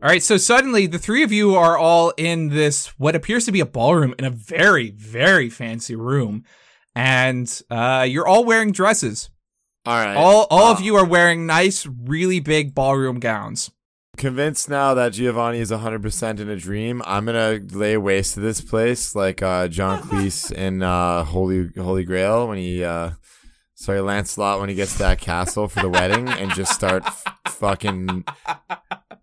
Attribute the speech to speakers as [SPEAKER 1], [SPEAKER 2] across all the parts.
[SPEAKER 1] All right, so suddenly the three of you are all in this what appears to be a ballroom in a very, very fancy room, and uh, you're all wearing dresses.
[SPEAKER 2] All right.
[SPEAKER 1] All, all of
[SPEAKER 2] Uh,
[SPEAKER 1] you are wearing nice, really big ballroom gowns.
[SPEAKER 2] Convinced now that Giovanni is 100% in a dream, I'm going to lay waste to this place like uh, John Cleese in uh, Holy Holy Grail when he, uh, sorry, Lancelot when he gets to that castle for the wedding and just start f- fucking.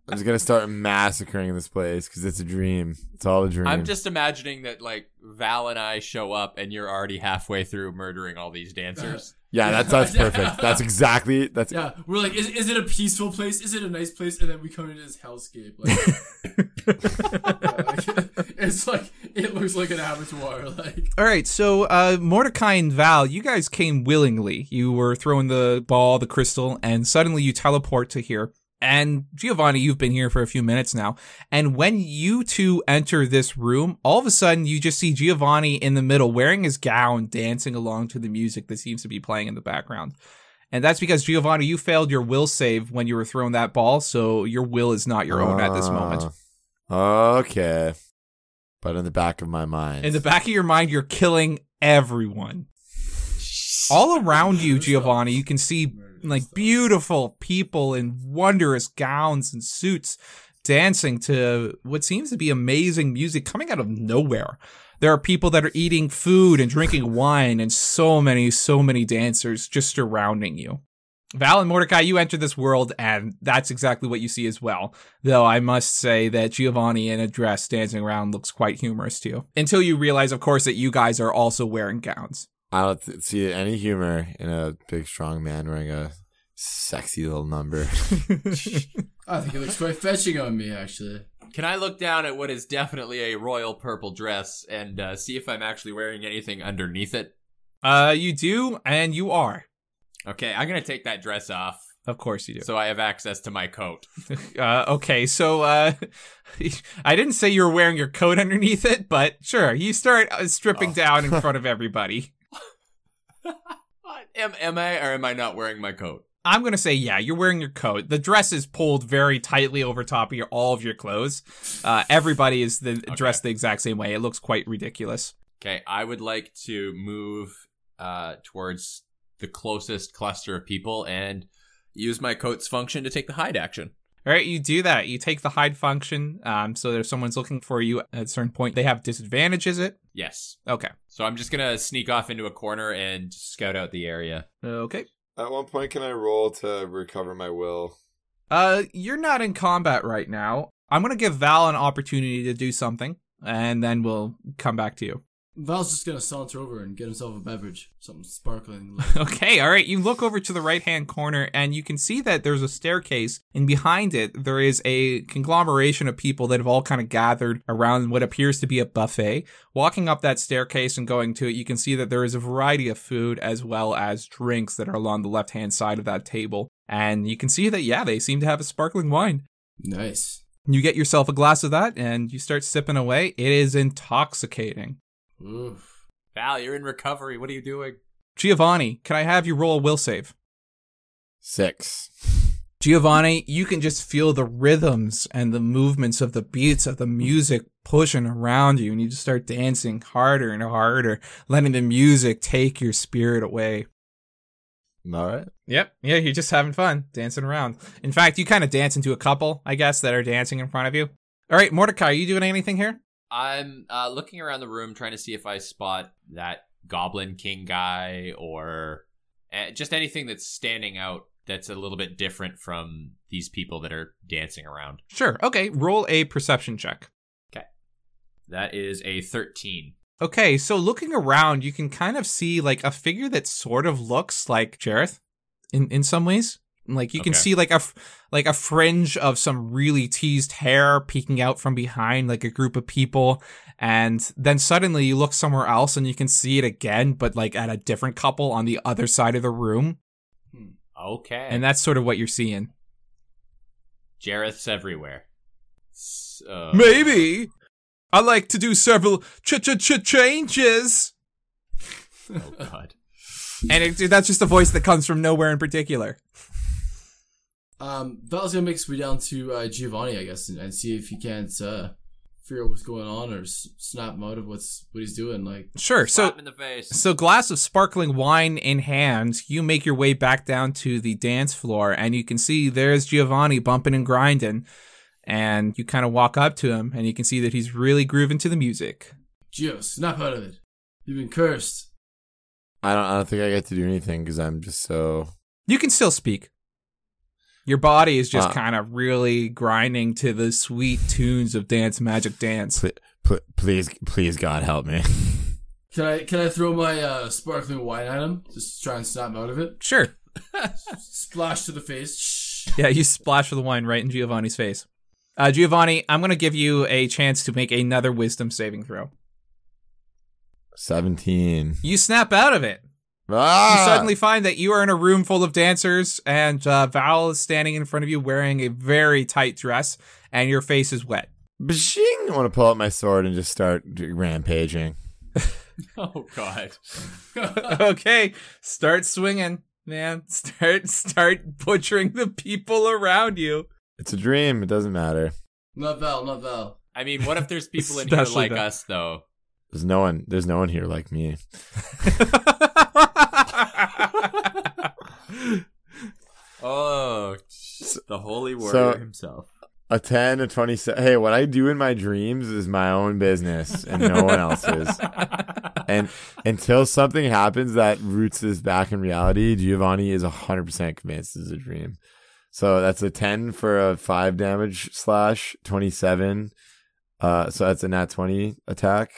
[SPEAKER 2] I'm just going to start massacring this place because it's a dream. It's all a dream.
[SPEAKER 3] I'm just imagining that like Val and I show up and you're already halfway through murdering all these dancers.
[SPEAKER 2] Yeah, that's, that's perfect. That's exactly. That's
[SPEAKER 4] Yeah, we're like, is, is it a peaceful place? Is it a nice place? And then we come into this hellscape. Like, Yeah, like, it's like it looks like an abattoir. Like,
[SPEAKER 1] All right, so uh, Mordecai and Val, you guys came willingly. You were throwing the ball, the crystal, and suddenly you teleport to here. And Giovanni, you've been here for a few minutes now. And when you two enter this room, all of a sudden you just see Giovanni in the middle wearing his gown, dancing along to the music that seems to be playing in the background. And that's because Giovanni, you failed your will save when you were throwing that ball, so your will is not your own at this moment.
[SPEAKER 2] Ah, Okay. But in the back of my mind.
[SPEAKER 1] In the back of your mind, you're killing everyone. All around you, Giovanni, you can see like beautiful people in wondrous gowns and suits dancing to what seems to be amazing music coming out of nowhere. There are people that are eating food and drinking wine, and so many, so many dancers just surrounding you. Val and Mordecai, you enter this world, and that's exactly what you see as well. Though I must say that Giovanni in a dress dancing around looks quite humorous to you. Until you realize, of course, that you guys are also wearing gowns.
[SPEAKER 2] I don't th- see any humor in a big, strong man wearing a sexy little number.
[SPEAKER 4] I think it looks quite fetching on me, actually.
[SPEAKER 3] Can I look down at what is definitely a royal purple dress and uh, see if I'm actually wearing anything underneath it?
[SPEAKER 1] Uh, you do, and you are.
[SPEAKER 3] Okay, I'm gonna take that dress off
[SPEAKER 1] Of course you do.
[SPEAKER 3] so I have access to my coat.
[SPEAKER 1] Uh, okay, so uh, I didn't say you were wearing your coat underneath it, but sure, you start uh, stripping down in front of everybody.
[SPEAKER 3] Am, am I or am I not wearing my coat?
[SPEAKER 1] I'm gonna say, yeah, you're wearing your coat. The dress is pulled very tightly over top of your, all of your clothes. Uh, everybody is the, dressed the exact same way. It looks quite ridiculous.
[SPEAKER 3] Okay, I would like to move uh, towards the closest cluster of people and use my coat's function to take the hide action.
[SPEAKER 1] All right, you do that. You take the hide function. Um, so that if someone's looking for you at a certain point, they have disadvantage. Is it
[SPEAKER 3] Yes.
[SPEAKER 1] okay?
[SPEAKER 3] So I'm just gonna sneak off into a corner and scout out the area.
[SPEAKER 1] Okay.
[SPEAKER 5] At one point, can I roll to recover my will?
[SPEAKER 1] Uh, you're not in combat right now. I'm gonna give Val an opportunity to do something, and then we'll come back to you.
[SPEAKER 4] Val's just gonna saunter over and get himself a beverage, something sparkling. Like,
[SPEAKER 1] Okay, all right. You look over to the right hand corner and you can see that there's a staircase, and behind it, there is a conglomeration of people that have all kind of gathered around what appears to be a buffet. Walking up that staircase and going to it, you can see that there is a variety of food as well as drinks that are along the left hand side of that table. And you can see that, yeah, they seem to have a sparkling wine.
[SPEAKER 4] nice.
[SPEAKER 1] You get yourself a glass of that and you start sipping away. It is intoxicating.
[SPEAKER 4] Oof.
[SPEAKER 3] Val, you're in recovery. What are you doing?
[SPEAKER 1] Giovanni, can I have you roll a will save?
[SPEAKER 2] Six.
[SPEAKER 1] Giovanni, you can just feel the rhythms and the movements of the beats of the music pushing around you, and you just start dancing harder and harder, letting the music take your spirit away.
[SPEAKER 2] All right.
[SPEAKER 1] Yep, yeah, you're just having fun dancing around. In fact, you kind of dance into a couple, I guess, that are dancing in front of you. All right, Mordecai, are you doing anything here?
[SPEAKER 3] I'm uh, looking around the room trying to see if I spot that Goblin King guy or uh, just anything that's standing out that's a little bit different from these people that are dancing around.
[SPEAKER 1] Sure. Okay, roll a perception check.
[SPEAKER 3] That is a 13.
[SPEAKER 1] Okay, so looking around, you can kind of see like a figure that sort of looks like Jareth in in some ways. Like you can
[SPEAKER 3] Okay.
[SPEAKER 1] see like a f- like a fringe of some really teased hair peeking out from behind like a group of people and then suddenly you look somewhere else and you can see it again but like at a different couple on the other side of the room
[SPEAKER 3] Okay.
[SPEAKER 1] and that's sort of what you're seeing.
[SPEAKER 3] Jareth's everywhere. uh, So,
[SPEAKER 1] Maybe I like to do several ch ch ch changes.
[SPEAKER 3] Oh, God.
[SPEAKER 1] And it, that's just a voice that comes from nowhere in particular.
[SPEAKER 4] Um, Val's gonna make his way down to uh, Giovanni, I guess, and, and see if he can't uh, figure out what's going on or s- snap him out of what's what he's doing. Like,
[SPEAKER 1] Sure.
[SPEAKER 3] Slap
[SPEAKER 1] So
[SPEAKER 3] him in the face.
[SPEAKER 1] So, glass of sparkling wine in hand, you make your way back down to the dance floor, and you can see there's Giovanni bumping and grinding. And you kind of walk up to him, and you can see that he's really grooving to the music.
[SPEAKER 4] Gio, snap out of it. You've been cursed.
[SPEAKER 2] I don't. I don't think I get to do anything because I'm just so.
[SPEAKER 1] You can still speak. Your body is just
[SPEAKER 2] Uh.
[SPEAKER 1] kind of really grinding to the sweet tunes of Dance Magic Dance.
[SPEAKER 2] Pl- please, please, God help me.
[SPEAKER 4] Can I can I throw my uh, sparkling wine at him? Just try and snap him out of it.
[SPEAKER 1] Sure.
[SPEAKER 4] Splash to the face. Shh.
[SPEAKER 1] Yeah, you splash the wine right in Giovanni's face. Uh, Giovanni, I'm going to give you a chance to make another wisdom saving throw.
[SPEAKER 2] Seventeen.
[SPEAKER 1] You snap out of it.
[SPEAKER 2] Ah!
[SPEAKER 1] you suddenly find that you are in a room full of dancers, and uh, Val is standing in front of you wearing a very tight dress, and your face is wet.
[SPEAKER 2] Bshing! I want to pull out my sword and just start rampaging.
[SPEAKER 3] Oh God.
[SPEAKER 1] okay, start swinging, man. Start start butchering the people around you.
[SPEAKER 2] It's a dream. It doesn't matter.
[SPEAKER 4] Not Val. Not Val.
[SPEAKER 3] I mean, what if there's people in here
[SPEAKER 1] Especially
[SPEAKER 3] like
[SPEAKER 1] that.
[SPEAKER 3] us though?
[SPEAKER 2] There's no one. There's no one here like me.
[SPEAKER 3] Oh, the holy
[SPEAKER 2] warrior
[SPEAKER 3] warrior
[SPEAKER 2] so-
[SPEAKER 3] himself.
[SPEAKER 2] A ten, a twenty-seven. Hey, what I do in my dreams is my own business and no one else's. And until something happens that roots this back in reality, Giovanni is hundred percent convinced it's a dream. So that's a ten for a five damage slash twenty-seven. Uh, so that's a nat twenty attack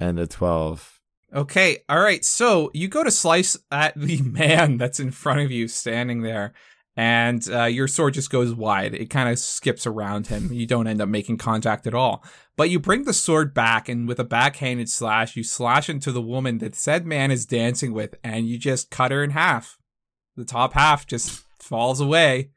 [SPEAKER 2] and a twelve.
[SPEAKER 1] Okay, all right. So you go to slice at the man that's in front of you, standing there, and uh, your sword just goes wide. It kind of skips around him. You don't end up making contact at all. But you bring the sword back, and with a backhanded slash, you slash into the woman that said man is dancing with, and you just cut her in half. The top half just falls away.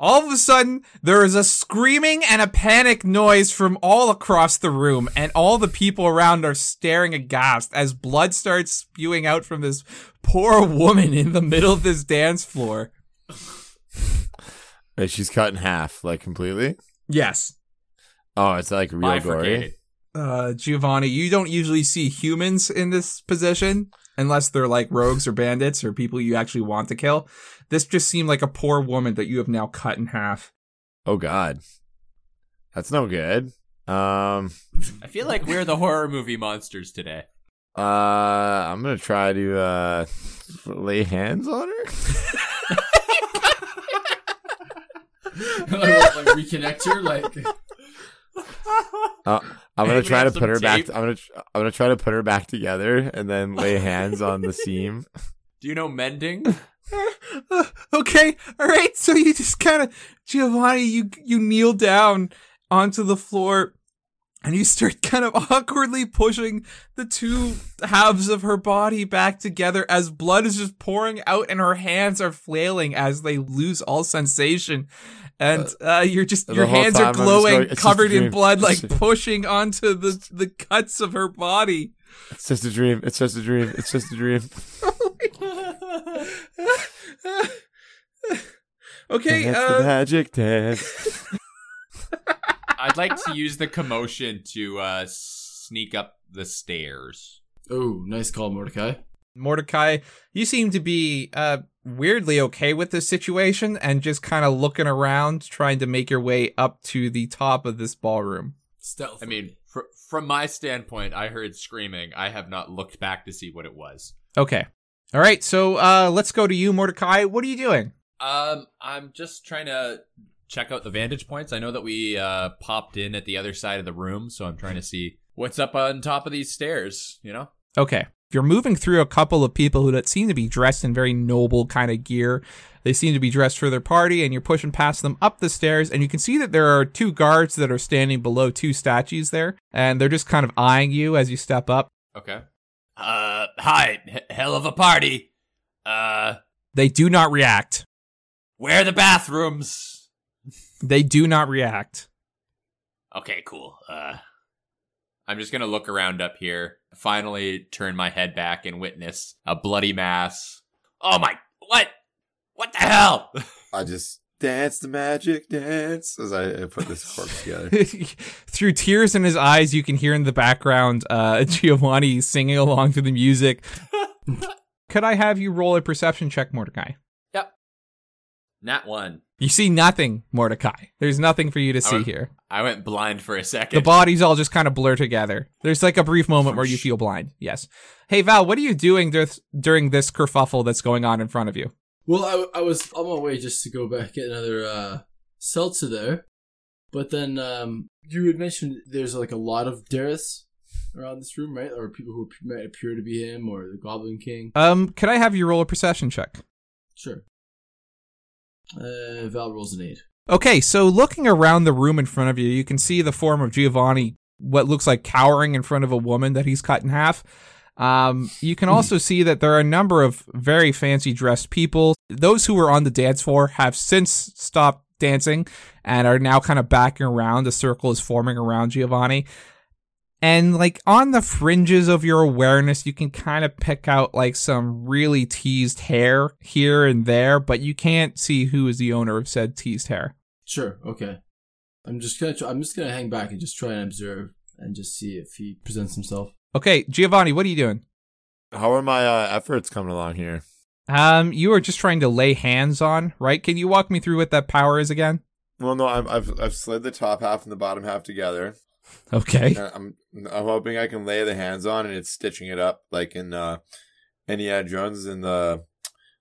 [SPEAKER 1] All of a sudden, there is a screaming and a panic noise from all across the room, and all the people around are staring aghast as blood starts spewing out from this poor woman in the middle of this dance floor.
[SPEAKER 2] Wait, she's cut in half, like completely.
[SPEAKER 1] Yes.
[SPEAKER 2] Oh, it's like real gory.
[SPEAKER 3] Bifurcated.
[SPEAKER 1] Uh, Giovanni, you don't usually see humans in this position unless they're like rogues or bandits or people you actually want to kill. This just seemed like a poor woman that you have now cut in half.
[SPEAKER 2] Oh God, that's no good. Um,
[SPEAKER 3] I feel like we're the horror movie monsters today.
[SPEAKER 2] uh, I'm gonna try to uh lay hands on her.
[SPEAKER 4] like, like reconnect her. Like
[SPEAKER 2] Uh, I'm gonna
[SPEAKER 3] Hang
[SPEAKER 2] try
[SPEAKER 3] up
[SPEAKER 2] to
[SPEAKER 3] some
[SPEAKER 2] put her back.
[SPEAKER 3] tape.
[SPEAKER 2] I'm gonna tr- I'm gonna try to put her back together and then lay hands on the seam.
[SPEAKER 3] Do you know mending?
[SPEAKER 1] Uh, okay, all right. So you just kind of Giovanni, you you kneel down onto the floor, and you start kind of awkwardly pushing the two halves of her body back together as blood is just pouring out, and her hands are flailing as they lose all sensation, and uh, you're just
[SPEAKER 2] the
[SPEAKER 1] your
[SPEAKER 2] whole
[SPEAKER 1] hands are
[SPEAKER 2] time I'm just going,
[SPEAKER 1] glowing,
[SPEAKER 2] "It's just a
[SPEAKER 1] covered in
[SPEAKER 2] dream.
[SPEAKER 1] blood,
[SPEAKER 2] It's
[SPEAKER 1] like
[SPEAKER 2] just-
[SPEAKER 1] pushing onto the the cuts of her body.
[SPEAKER 2] It's just a dream. It's just a dream. It's just a dream.
[SPEAKER 1] okay,
[SPEAKER 2] And that's
[SPEAKER 1] uh,
[SPEAKER 2] the magic dance.
[SPEAKER 3] I'd like to use the commotion to uh, sneak up the stairs.
[SPEAKER 4] oh, nice call, Mordecai.
[SPEAKER 1] Mordecai, you seem to be uh, weirdly okay with this situation and just kind of looking around, trying to make your way up to the top of this ballroom.
[SPEAKER 4] Stealth.
[SPEAKER 3] I mean, fr- from my standpoint, I heard screaming. I have not looked back to see what it was.
[SPEAKER 1] Okay. All right. So uh, let's go to you, Mordecai. What are you doing?
[SPEAKER 3] Um, I'm just trying to check out the vantage points. I know that we uh, popped in at the other side of the room, so I'm trying to see what's up on top of these stairs. You know,
[SPEAKER 1] Okay. You're moving through a couple of people who that seem to be dressed in very noble kind of gear. They seem to be dressed for their party, and you're pushing past them up the stairs, and you can see that there are two guards that are standing below two statues there, and they're just kind of eyeing you as you step up.
[SPEAKER 3] okay. Uh, hi, H- hell of a party. Uh,
[SPEAKER 1] They do not react.
[SPEAKER 3] where are the bathrooms?
[SPEAKER 1] They do not react.
[SPEAKER 3] Okay, cool. Uh, I'm just gonna look around up here. Finally, turn my head back and witness a bloody mass. Oh my! What? What the hell?
[SPEAKER 5] I just Dance the magic dance. As I, I put this corpse together.
[SPEAKER 1] Through tears in his eyes, you can hear in the background uh, Giovanni singing along to the music. Could I have you roll a perception check, Mordecai?
[SPEAKER 3] Not one.
[SPEAKER 1] You see nothing, Mordecai. There's nothing for you to see
[SPEAKER 3] would-
[SPEAKER 1] here.
[SPEAKER 3] I went blind for a second.
[SPEAKER 1] The bodies all just kind of blur together. There's like a brief moment where you feel blind. Yes. Hey, Val, what are you doing dur- during this kerfuffle that's going on in front of you?
[SPEAKER 4] Well, I, I was on my way just to go back get another uh, seltzer there, but then um, you had mentioned there's like a lot of Darius around this room, right? Or people who might appear to be him or the Goblin King.
[SPEAKER 1] Um, could I have you roll a perception check?
[SPEAKER 4] Sure. Uh, Val rolls an eight.
[SPEAKER 1] Okay, so looking around the room in front of you, you can see the form of Giovanni, what looks like cowering in front of a woman that he's cut in half. Um, you can also see that there are a number of very fancy dressed people. Those who were on the dance floor have since stopped dancing and are now kind of backing around. A circle is forming around Giovanni. And like on the fringes of your awareness, you can kind of pick out like some really teased hair here and there, but you can't see who is the owner of said teased hair.
[SPEAKER 4] Sure. Okay. I'm just gonna. Try, I'm just gonna hang back and just try and observe and just see if he presents himself.
[SPEAKER 1] Okay, Giovanni, what are you doing?
[SPEAKER 2] How are my uh, efforts coming along here?
[SPEAKER 1] Um, you are just trying to lay hands on, right? Can you walk me through what that power is again?
[SPEAKER 5] Well, no, I'm, I've I've slid the top half and the bottom half together.
[SPEAKER 1] Okay.
[SPEAKER 5] And I'm I'm hoping I can lay the hands on and it's stitching it up like in uh, Indiana Jones in the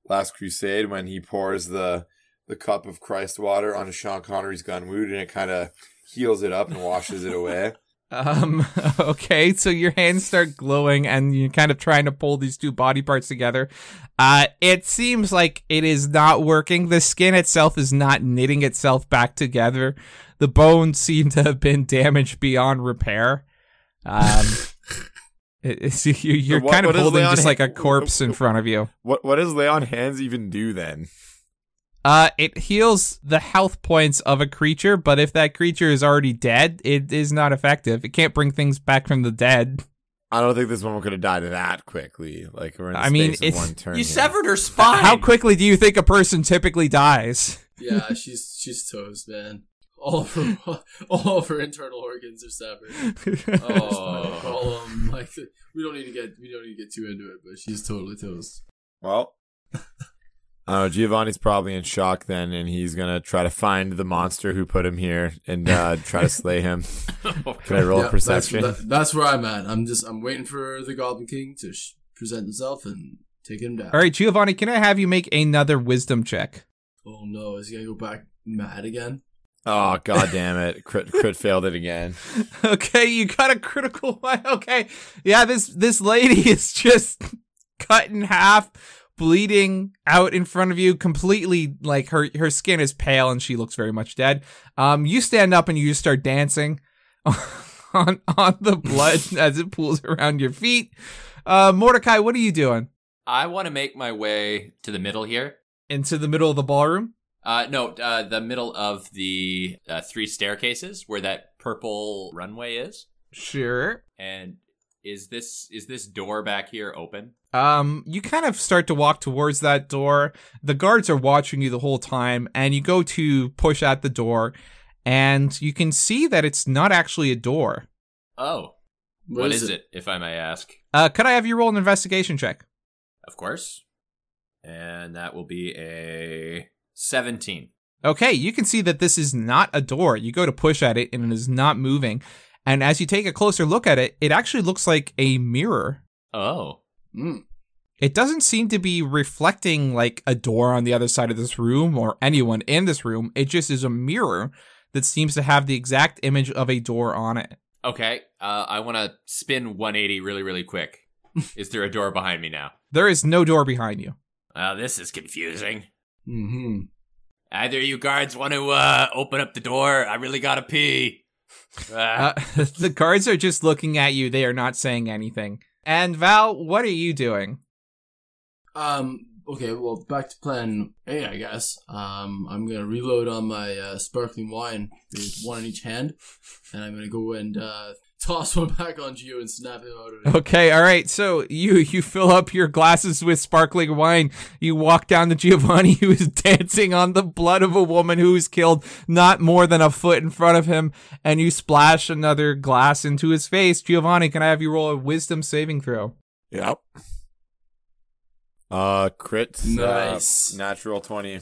[SPEAKER 5] Last Crusade when he pours the the cup of Christ water onto Sean Connery's gun wound and it kind of heals it up and washes it away.
[SPEAKER 1] Um, okay, so your hands start glowing and you're kind of trying to pull these two body parts together. Uh, it seems like it is not working. The skin itself is not knitting itself back together. The bones seem to have been damaged beyond repair. Um, it, it's, you, you're
[SPEAKER 2] What-
[SPEAKER 1] kind of
[SPEAKER 2] what is
[SPEAKER 1] holding
[SPEAKER 2] Leon
[SPEAKER 1] just like a
[SPEAKER 2] ha-
[SPEAKER 1] corpse in front of you.
[SPEAKER 2] What what does lay on hands even do then?
[SPEAKER 1] Uh, it heals the health points of a creature, but if that creature is already dead, it is not effective. It can't bring things back from the dead.
[SPEAKER 2] I don't think this one could have died that quickly. Like we're in the
[SPEAKER 1] I mean,
[SPEAKER 2] space
[SPEAKER 1] it's-
[SPEAKER 2] of one turn.
[SPEAKER 3] you
[SPEAKER 2] here.
[SPEAKER 3] severed her spine.
[SPEAKER 1] How quickly do you think a person typically dies?
[SPEAKER 4] Yeah, she's she's toast, man. All of her all of her internal organs are severed.
[SPEAKER 3] Oh.
[SPEAKER 4] All of 'em, like we don't need to get we don't need to get too into it, but she's totally toast.
[SPEAKER 5] Well,
[SPEAKER 2] I don't know, Giovanni's probably in shock then, and he's gonna try to find the monster who put him here and uh, try to slay him.
[SPEAKER 3] Oh,
[SPEAKER 2] Can I roll
[SPEAKER 4] Yeah,
[SPEAKER 2] a perception?
[SPEAKER 4] That's, that- that's where I'm at. I'm just I'm waiting for the Goblin King to sh- present himself and take him down.
[SPEAKER 1] All right, Giovanni, can I have you make another wisdom check?
[SPEAKER 4] Oh no, is he gonna go back mad again?
[SPEAKER 2] Oh god damn it! Crit, crit failed it again.
[SPEAKER 1] Okay, you got a critical one. Okay, yeah, this this lady is just cut in half, bleeding out in front of you, completely like her her skin is pale and she looks very much dead. Um, you stand up and you just start dancing on on the blood as it pools around your feet. Uh, Mordecai, what are you doing?
[SPEAKER 3] I want to make my way to the middle here.
[SPEAKER 1] Into the middle of the ballroom.
[SPEAKER 3] Uh, no, uh, the middle of the uh, three staircases where that purple runway is.
[SPEAKER 1] Sure.
[SPEAKER 3] And is this is this door back here open?
[SPEAKER 1] Um, you kind of start to walk towards that door. The guards are watching you the whole time, and you go to push at the door, and you can see that it's not actually a door.
[SPEAKER 3] Oh, what is, it? If I may ask.
[SPEAKER 1] Uh, could I have you roll an investigation check?
[SPEAKER 3] Of course. And that will be a seventeen.
[SPEAKER 1] Okay, you can see that this is not a door. You go to push at it, and it is not moving. And as you take a closer look at it, it actually looks like a mirror.
[SPEAKER 3] Oh,
[SPEAKER 4] Mm.
[SPEAKER 1] It doesn't seem to be reflecting like a door on the other side of this room or anyone in this room. It just is a mirror that seems to have the exact image of a door on it.
[SPEAKER 3] okay. Uh, I want to spin one eighty really, really quick. is there a door behind me now?
[SPEAKER 1] There is no door behind you.
[SPEAKER 3] Uh, this is confusing.
[SPEAKER 4] Mm-hmm.
[SPEAKER 3] Either you guards want to uh, open up the door. I really gotta pee.
[SPEAKER 1] Uh,
[SPEAKER 3] Uh,
[SPEAKER 1] the guards are just looking at you. They are not saying anything. And Val, what are you doing?
[SPEAKER 4] Um. Okay. Well, back to plan A, I guess. Um. I'm gonna reload on my uh, sparkling wine. There's one in each hand, and I'm gonna go and uh, toss one back on Geo and snap him out of it.
[SPEAKER 1] Okay, all right. So you you fill up your glasses with sparkling wine. You walk down to Giovanni, who is dancing on the blood of a woman who was killed not more than a foot in front of him, and you splash another glass into his face. Giovanni, can I have you roll a wisdom saving throw?
[SPEAKER 2] Yep.
[SPEAKER 5] Uh, crit. uh,
[SPEAKER 4] Nice.
[SPEAKER 5] natural 20.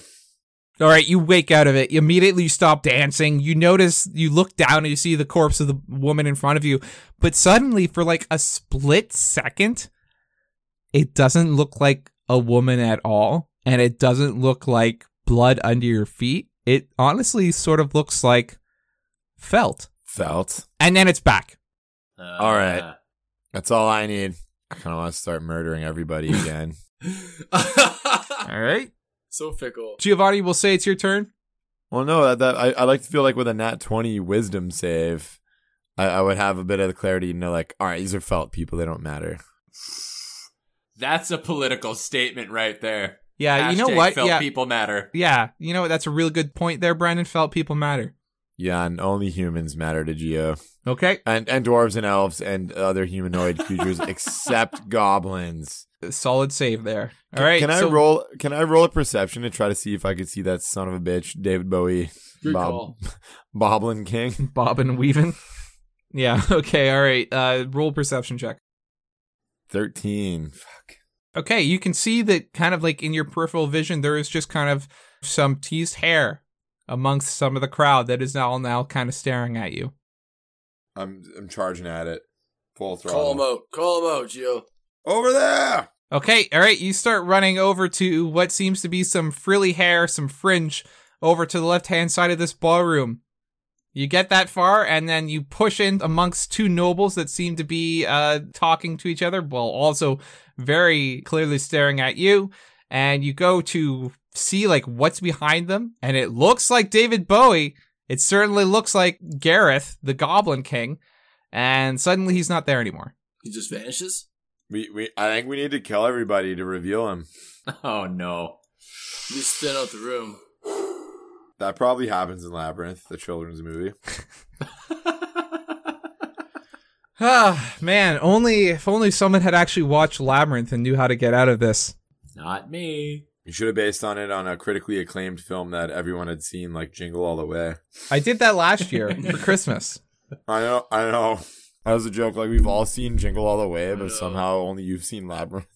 [SPEAKER 1] All right, you wake out of it. Immediately you stop dancing. You notice, you look down and you see the corpse of the woman in front of you. But suddenly, for like a split second, it doesn't look like a woman at all. And it doesn't look like blood under your feet. It honestly sort of looks like felt.
[SPEAKER 2] Felt.
[SPEAKER 1] And then it's back.
[SPEAKER 3] Uh,
[SPEAKER 2] All right. That's all I need. I kind of want to start murdering everybody again.
[SPEAKER 1] right.
[SPEAKER 4] so fickle.
[SPEAKER 1] Giovanni will say it's your turn.
[SPEAKER 2] well, no, that, that I, I like to feel like with a nat 20 wisdom save, I, I would have a bit of the clarity to know, like, all right, these are felt people. They don't matter.
[SPEAKER 3] That's a political statement right there.
[SPEAKER 1] Yeah, Uh, you know
[SPEAKER 3] Hashtag
[SPEAKER 1] what?
[SPEAKER 3] Felt
[SPEAKER 1] Yeah.
[SPEAKER 3] people matter.
[SPEAKER 1] yeah, you know what? That's a really good point there, Brandon. Felt people matter.
[SPEAKER 2] Yeah, and only humans matter to Geo.
[SPEAKER 1] Okay.
[SPEAKER 2] And, and dwarves and elves and other humanoid creatures except goblins.
[SPEAKER 1] Solid save there. All right.
[SPEAKER 2] Can I
[SPEAKER 1] so-
[SPEAKER 2] roll can I roll a perception to try to see if I could see that son of a bitch, David Bowie,
[SPEAKER 4] Good
[SPEAKER 2] Bob-
[SPEAKER 4] call.
[SPEAKER 2] Boblin King?
[SPEAKER 1] Bob and Weaving. Yeah. Okay. All right. Uh, roll perception check.
[SPEAKER 2] 13. Fuck.
[SPEAKER 1] Okay. You can see that kind of like in your peripheral vision, there is just kind of some teased hair amongst some of the crowd that is all now kind of staring at you.
[SPEAKER 5] I'm I'm charging at it. Full throttle.
[SPEAKER 4] Call him out. Call him out, Geo.
[SPEAKER 5] Over there!
[SPEAKER 1] Okay. All right. You start running over to what seems to be some frilly hair, some fringe over to the left hand side of this ballroom. You get that far, and then you push in amongst two nobles that seem to be uh, talking to each other, while also very clearly staring at you. And you go to see like what's behind them, and it looks like David Bowie. It certainly looks like Gareth, the Goblin King, and suddenly he's not there anymore.
[SPEAKER 4] He just vanishes.
[SPEAKER 5] We, we I think we need to kill everybody to reveal him.
[SPEAKER 3] Oh no.
[SPEAKER 4] You just spin out the room.
[SPEAKER 5] That probably happens in Labyrinth, the children's movie.
[SPEAKER 1] Ah, man, only if only someone had actually watched Labyrinth and knew how to get out of this.
[SPEAKER 3] Not me.
[SPEAKER 5] You should have based on it on a critically acclaimed film that everyone had seen, like Jingle All the Way.
[SPEAKER 1] I did that last year for Christmas.
[SPEAKER 5] I know, I know.
[SPEAKER 2] That was a joke. Like we've all seen Jingle All the Way,
[SPEAKER 4] No.
[SPEAKER 2] but somehow only you've seen Labyrinth.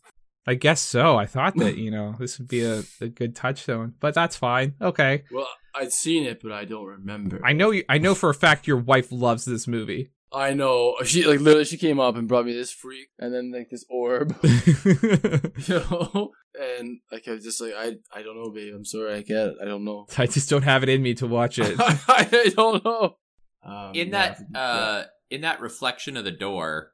[SPEAKER 1] I guess so. I thought that, you know, this would be a, a good touchstone, but that's fine. Okay.
[SPEAKER 4] Well, I'd seen it, but I don't remember.
[SPEAKER 1] I know you, I know for a fact your wife loves this movie.
[SPEAKER 4] I know. She like literally she came up and brought me this freak and then like this orb,
[SPEAKER 1] I
[SPEAKER 4] you know. And like I was just like I I don't know, babe. I'm sorry. I can't. I don't know.
[SPEAKER 1] just don't have it in me to watch it.
[SPEAKER 4] I don't know. Um,
[SPEAKER 3] In
[SPEAKER 4] yeah.
[SPEAKER 3] that uh in that reflection of the door,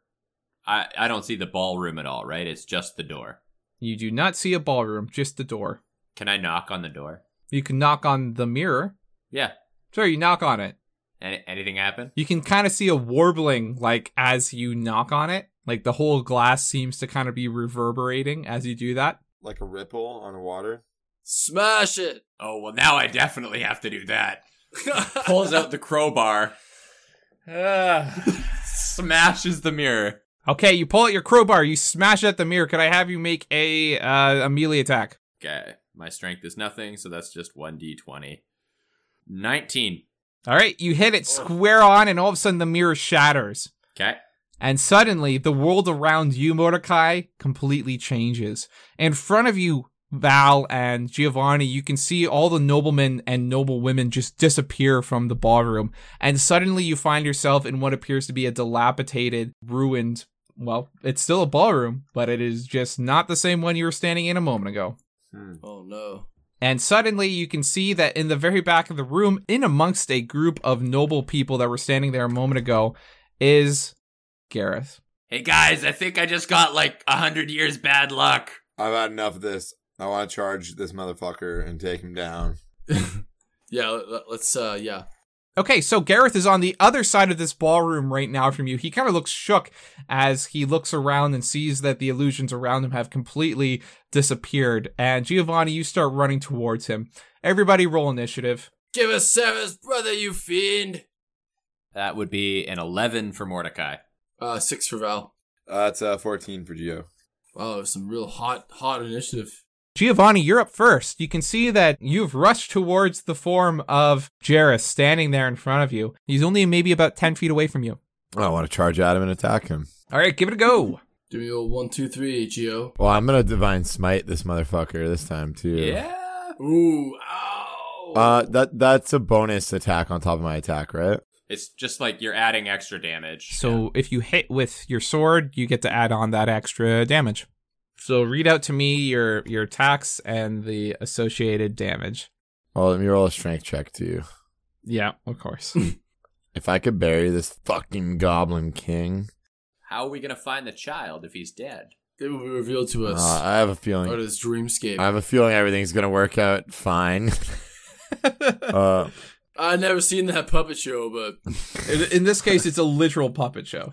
[SPEAKER 3] I I don't see the ballroom at all, right? It's just the door.
[SPEAKER 1] You do not see a ballroom, just the door.
[SPEAKER 3] Can I knock on the door?
[SPEAKER 1] You can knock on the mirror.
[SPEAKER 3] Yeah.
[SPEAKER 1] Sure, you knock on it.
[SPEAKER 3] Any, anything happen?
[SPEAKER 1] You can kind of see a warbling like as you knock on it. Like the whole glass seems to kind of be reverberating as you do that.
[SPEAKER 5] Like a ripple on water.
[SPEAKER 4] smash it.
[SPEAKER 3] Oh well, now I definitely have to do that. Pulls out the crowbar, Ah. smashes the mirror.
[SPEAKER 1] Okay, you pull out your crowbar, you smash at the mirror. Could I have you make a uh, a melee attack?
[SPEAKER 3] Okay, my strength is nothing, so that's just one d twenty. Nineteen.
[SPEAKER 1] All right, you hit it square on, and all of a sudden the mirror shatters,
[SPEAKER 3] Okay.
[SPEAKER 1] and suddenly the world around you, Mordecai, completely changes. In front of you, Val and Giovanni, you can see all the noblemen and noblewomen just disappear from the ballroom, and suddenly you find yourself in what appears to be a dilapidated, ruined. Well, it's still a ballroom, but it is just not the same one you were standing in a moment ago.
[SPEAKER 5] Hmm.
[SPEAKER 4] oh no.
[SPEAKER 1] And suddenly you can see that in the very back of the room, in amongst a group of noble people that were standing there a moment ago, is Gareth.
[SPEAKER 3] Hey guys, I think I just got like a hundred years bad luck.
[SPEAKER 5] I've had enough of this. I want to charge this motherfucker and take him down.
[SPEAKER 4] Yeah. Let, let- let's. Uh. Yeah.
[SPEAKER 1] Okay, so Gareth is on the other side of this ballroom right now from you. He kind of looks shook as he looks around and sees that the illusions around him have completely disappeared. And Giovanni, you start running towards him. Everybody roll initiative.
[SPEAKER 4] Give us service, brother. You fiend.
[SPEAKER 3] That would be an 11 for Mordecai.
[SPEAKER 4] Uh, six for Val.
[SPEAKER 5] Uh, it's uh, 14 for Geo.
[SPEAKER 4] Wow, some real hot, hot initiative.
[SPEAKER 1] Giovanni, you're up first. You can see that you've rushed towards the form of Jairus standing there in front of you. He's only maybe about 10 feet away from you.
[SPEAKER 2] Oh, I want to charge at him and attack him.
[SPEAKER 1] All right, give it a go.
[SPEAKER 4] Give me a one, two, three, Geo.
[SPEAKER 2] Well, I'm gonna divine smite this motherfucker this time too.
[SPEAKER 3] Yeah.
[SPEAKER 4] Ooh, ow.
[SPEAKER 2] Uh, that that's a bonus attack on top of my attack, right?
[SPEAKER 3] It's just like you're adding extra damage.
[SPEAKER 1] So if you hit with your sword, you get to add on that extra damage. So read out to me your your attacks and the associated damage.
[SPEAKER 2] Well, let me roll a strength check too.
[SPEAKER 1] Yeah, of course.
[SPEAKER 2] If I could bury this fucking goblin king,
[SPEAKER 3] How are we going to find the child if he's dead?
[SPEAKER 4] it will be revealed to us
[SPEAKER 2] uh, I have a
[SPEAKER 4] out of
[SPEAKER 2] feeling.
[SPEAKER 4] this dreamscape.
[SPEAKER 2] I have a feeling everything's gonna work out fine. uh,
[SPEAKER 4] I've never seen that puppet show, but
[SPEAKER 1] in, in this case, it's a literal puppet show.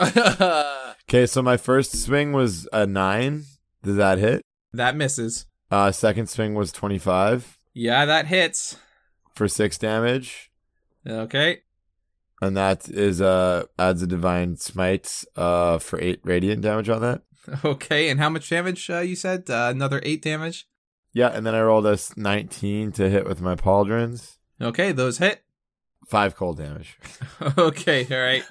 [SPEAKER 2] okay, so my first swing was a nine. Did that hit?
[SPEAKER 1] That misses.
[SPEAKER 2] Uh, second swing was twenty-five
[SPEAKER 1] Yeah, that hits.
[SPEAKER 2] for six damage,
[SPEAKER 1] Okay.
[SPEAKER 2] and that is uh adds a divine smite uh for eight radiant damage on that.
[SPEAKER 1] Okay, and how much damage uh, you said? Uh, another 8 damage.
[SPEAKER 2] Yeah, and then I rolled a s- 19 to hit with my pauldrons.
[SPEAKER 1] Okay, those hit.
[SPEAKER 2] Five cold damage.
[SPEAKER 1] Okay, all right.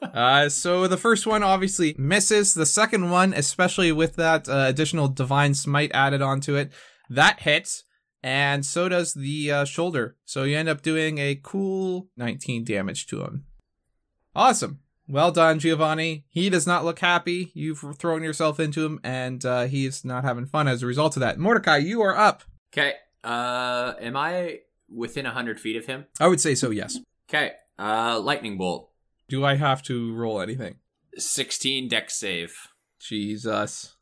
[SPEAKER 1] Uh, so the first one obviously misses. The second one, especially with that uh, additional divine smite added onto it, that hits, and so does the uh, shoulder. So you end up doing a cool 19 damage to him. Awesome. Well done, Giovanni. He does not look happy. You've thrown yourself into him, and uh, he is not having fun as a result of that. Mordecai, you are up.
[SPEAKER 3] Okay. Uh, am I within 100 feet of him?
[SPEAKER 1] I would say so, yes.
[SPEAKER 3] Okay. Uh, lightning bolt.
[SPEAKER 1] Do I have to roll anything?
[SPEAKER 3] 16 deck save.
[SPEAKER 1] Jesus.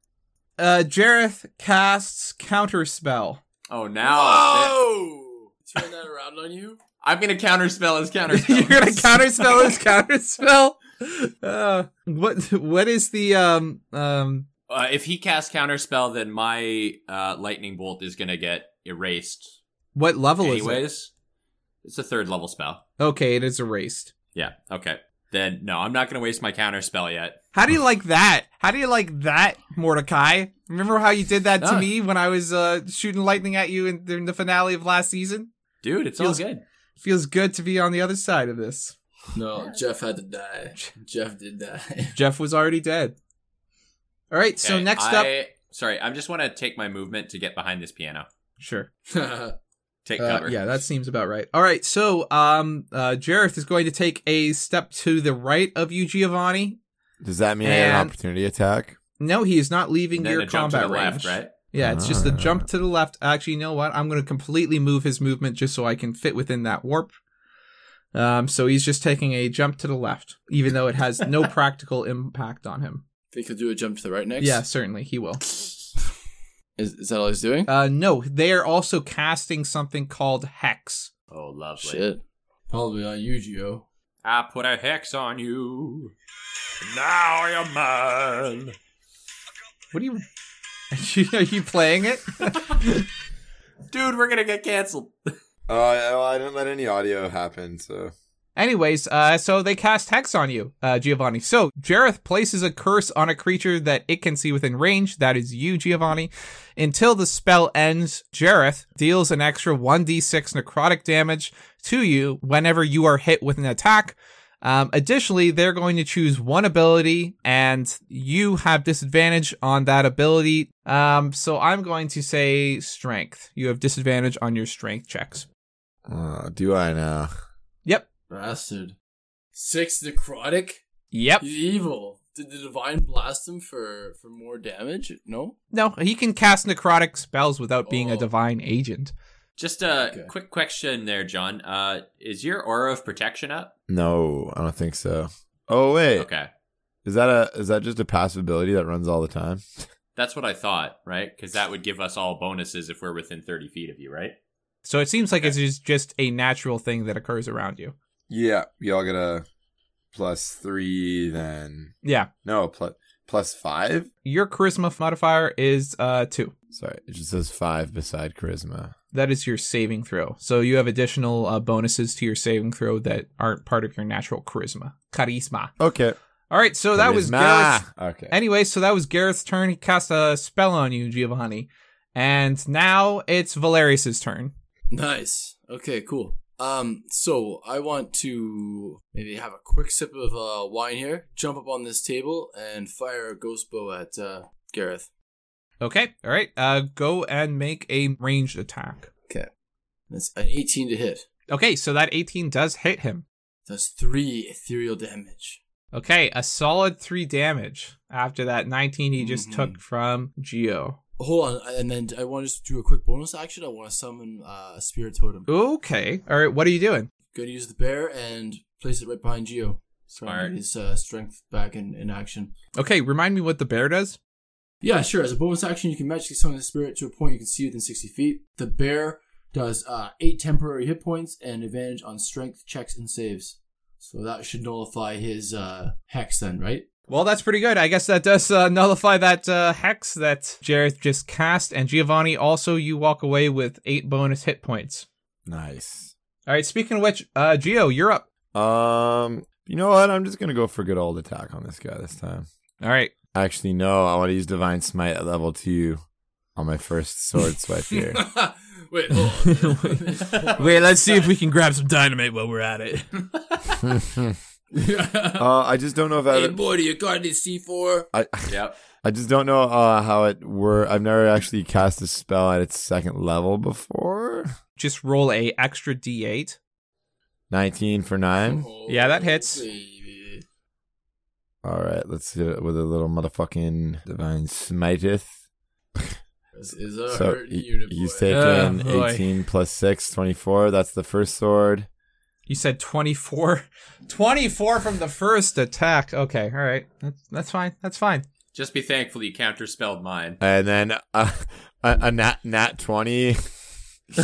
[SPEAKER 1] Uh, Jareth casts counterspell.
[SPEAKER 3] Oh, now
[SPEAKER 4] Whoa! Turn that around on you.
[SPEAKER 3] I'm going to counterspell his counterspell.
[SPEAKER 1] You're gonna counterspell his counterspell. Uh, what what is the um um?
[SPEAKER 3] Uh, if he casts counterspell, then my uh, lightning bolt is going to get erased.
[SPEAKER 1] What level is
[SPEAKER 3] Anyways, it's a third level spell.
[SPEAKER 1] it? Okay, it is erased.
[SPEAKER 3] Yeah. Okay. Then no, I'm not going to waste my counterspell yet.
[SPEAKER 1] How do you like that? How do you like that, Mordecai? Remember how you did that to
[SPEAKER 3] Ah.
[SPEAKER 1] me when I was uh shooting lightning at you in, in the finale of last season?
[SPEAKER 3] Dude, it's
[SPEAKER 1] Feels-
[SPEAKER 3] all good.
[SPEAKER 1] Feels good to be on the other side of this.
[SPEAKER 4] No, Jeff had to die. Jeff did die.
[SPEAKER 1] Jeff was already dead. All right, so
[SPEAKER 3] Okay,
[SPEAKER 1] next up,
[SPEAKER 3] I- Sorry, I just want to take my movement to get behind this piano.
[SPEAKER 1] sure.
[SPEAKER 3] Take
[SPEAKER 1] Uh,
[SPEAKER 3] cover.
[SPEAKER 1] yeah, that seems about right. All right, so um, uh, Jareth is going to take a step to the right of you, Giovanni.
[SPEAKER 2] Does that mean I had an
[SPEAKER 1] And-
[SPEAKER 2] opportunity attack?
[SPEAKER 1] No, he is not leaving
[SPEAKER 3] And then
[SPEAKER 1] your
[SPEAKER 3] a jump to
[SPEAKER 1] combat
[SPEAKER 3] the
[SPEAKER 1] range.
[SPEAKER 3] left, right?
[SPEAKER 1] Yeah, it's just a
[SPEAKER 2] Ah.
[SPEAKER 1] jump to the left. Actually, you know what? I'm going to completely move his movement just so I can fit within that warp. Um, so he's just taking a jump to the left, even though it has no practical impact on him.
[SPEAKER 4] Think he'll do a jump to the right next?
[SPEAKER 1] Yeah, certainly he will.
[SPEAKER 4] Is, is that all he's doing?
[SPEAKER 1] Uh, no, they are also casting something called hex.
[SPEAKER 3] Oh, lovely.
[SPEAKER 4] Shit. Probably uh, on you, Geo.
[SPEAKER 3] I put a hex on you. Now you're mine.
[SPEAKER 1] What are you? Are you playing it?
[SPEAKER 3] Dude, we're gonna get canceled.
[SPEAKER 5] Uh, well, I didn't let any audio happen, so.
[SPEAKER 1] Anyways, uh, so they cast Hex on you, uh, Giovanni. So, Jareth places a curse on a creature that it can see within range. That is you, Giovanni. Until the spell ends, Jareth deals an extra 1d6 necrotic damage to you whenever you are hit with an attack. Um, additionally, they're going to choose one ability, and you have disadvantage on that ability. Um, so I'm going to say strength. You have disadvantage on your strength checks.
[SPEAKER 2] Uh, do I now?
[SPEAKER 1] Yep.
[SPEAKER 4] Bastard. Six necrotic?
[SPEAKER 1] Yep.
[SPEAKER 4] He's evil. Did the divine blast him for, for more damage? No?
[SPEAKER 1] No, he can cast necrotic spells without being a
[SPEAKER 4] Oh.
[SPEAKER 1] divine agent.
[SPEAKER 3] Just a
[SPEAKER 4] Okay.
[SPEAKER 3] quick question there, John. Uh, is your aura of protection up?
[SPEAKER 2] No, I don't think so. Oh wait,
[SPEAKER 3] Okay,
[SPEAKER 2] is that a is that just a passive ability that runs all the time?
[SPEAKER 3] that's what I thought, right? Because that would give us all bonuses if we're within thirty feet of you, right?
[SPEAKER 1] So it seems like
[SPEAKER 3] Okay.
[SPEAKER 1] it's just- just a natural thing that occurs around you.
[SPEAKER 5] Yeah, y'all get a plus three then.
[SPEAKER 1] Yeah.
[SPEAKER 5] No, plus. plus five.
[SPEAKER 1] Your charisma modifier is uh two.
[SPEAKER 2] Sorry, it just says five beside charisma.
[SPEAKER 1] That is your saving throw. So you have additional uh, bonuses to your saving throw that aren't part of your natural charisma. Charisma.
[SPEAKER 2] Okay.
[SPEAKER 1] All right, so that was Gareth's
[SPEAKER 2] Charisma. Okay.
[SPEAKER 1] Anyway, so that was Gareth's turn. He cast a spell on you, Giovanni. And now it's Valerius's turn.
[SPEAKER 4] Nice. Okay, cool. Um, so I want to maybe have a quick sip of uh, wine here, jump up on this table, and fire a ghost bow at uh, Gareth.
[SPEAKER 1] Okay, all right. Uh, go and make a ranged attack.
[SPEAKER 4] That's an 18 to hit.
[SPEAKER 1] Okay, so that 18 does hit him.
[SPEAKER 4] That's three ethereal damage.
[SPEAKER 1] Okay, a solid three damage after that 19 he just
[SPEAKER 4] Mhm.
[SPEAKER 1] took from Geo.
[SPEAKER 4] Hold on, and then I want to just do a quick bonus action. I want to summon uh, a spirit totem.
[SPEAKER 1] Okay, all right. What are you doing?
[SPEAKER 4] Go to use the bear and place it right behind Geo.
[SPEAKER 3] Smart.
[SPEAKER 4] His uh, strength back in, in action.
[SPEAKER 1] Okay, remind me what the bear does.
[SPEAKER 4] Yeah, sure. As a bonus action, you can magically summon the spirit to a point you can see within 60 feet. The bear does uh, 8 temporary hit points and advantage on strength checks and saves. So that should nullify his uh, hex then, right?
[SPEAKER 1] Well, that's pretty good. I guess that does uh, nullify that uh, hex that Jareth just cast. And Giovanni, also, you walk away with eight bonus hit points.
[SPEAKER 2] Nice.
[SPEAKER 1] All right, speaking of which, uh, Geo, you're up.
[SPEAKER 2] Um, you know what? I'm just gonna go for good old attack on this guy this time.
[SPEAKER 1] All right.
[SPEAKER 2] Actually, no. I want to use divine smite at level two on my first sword swipe here.
[SPEAKER 4] Wait, hold on.
[SPEAKER 1] Wait, let's see if we can grab some dynamite while we're at it.
[SPEAKER 2] uh, I just don't know if I.
[SPEAKER 4] hey, boy, do you got this C4?
[SPEAKER 2] I,
[SPEAKER 3] Yep.
[SPEAKER 2] I just don't know uh, how it were. I've never actually cast a spell at its second level before.
[SPEAKER 1] Just roll a extra d8.
[SPEAKER 2] 19 for 9.
[SPEAKER 4] Oh.
[SPEAKER 1] Yeah, that hits.
[SPEAKER 4] Baby.
[SPEAKER 2] All right, let's hit it with a little motherfucking divine smiteth.
[SPEAKER 4] This is a
[SPEAKER 2] so
[SPEAKER 4] hurt
[SPEAKER 2] he-
[SPEAKER 4] unit.
[SPEAKER 2] he's
[SPEAKER 4] boy.
[SPEAKER 2] taken
[SPEAKER 1] Oh, boy.
[SPEAKER 2] 18 plus 6, 24. That's the first sword.
[SPEAKER 1] You said 24. 24 from the first attack. Okay, all right. That's, that's fine. That's fine.
[SPEAKER 3] Just be thankful you counterspelled mine.
[SPEAKER 2] And then uh, a, a nat, nat 20.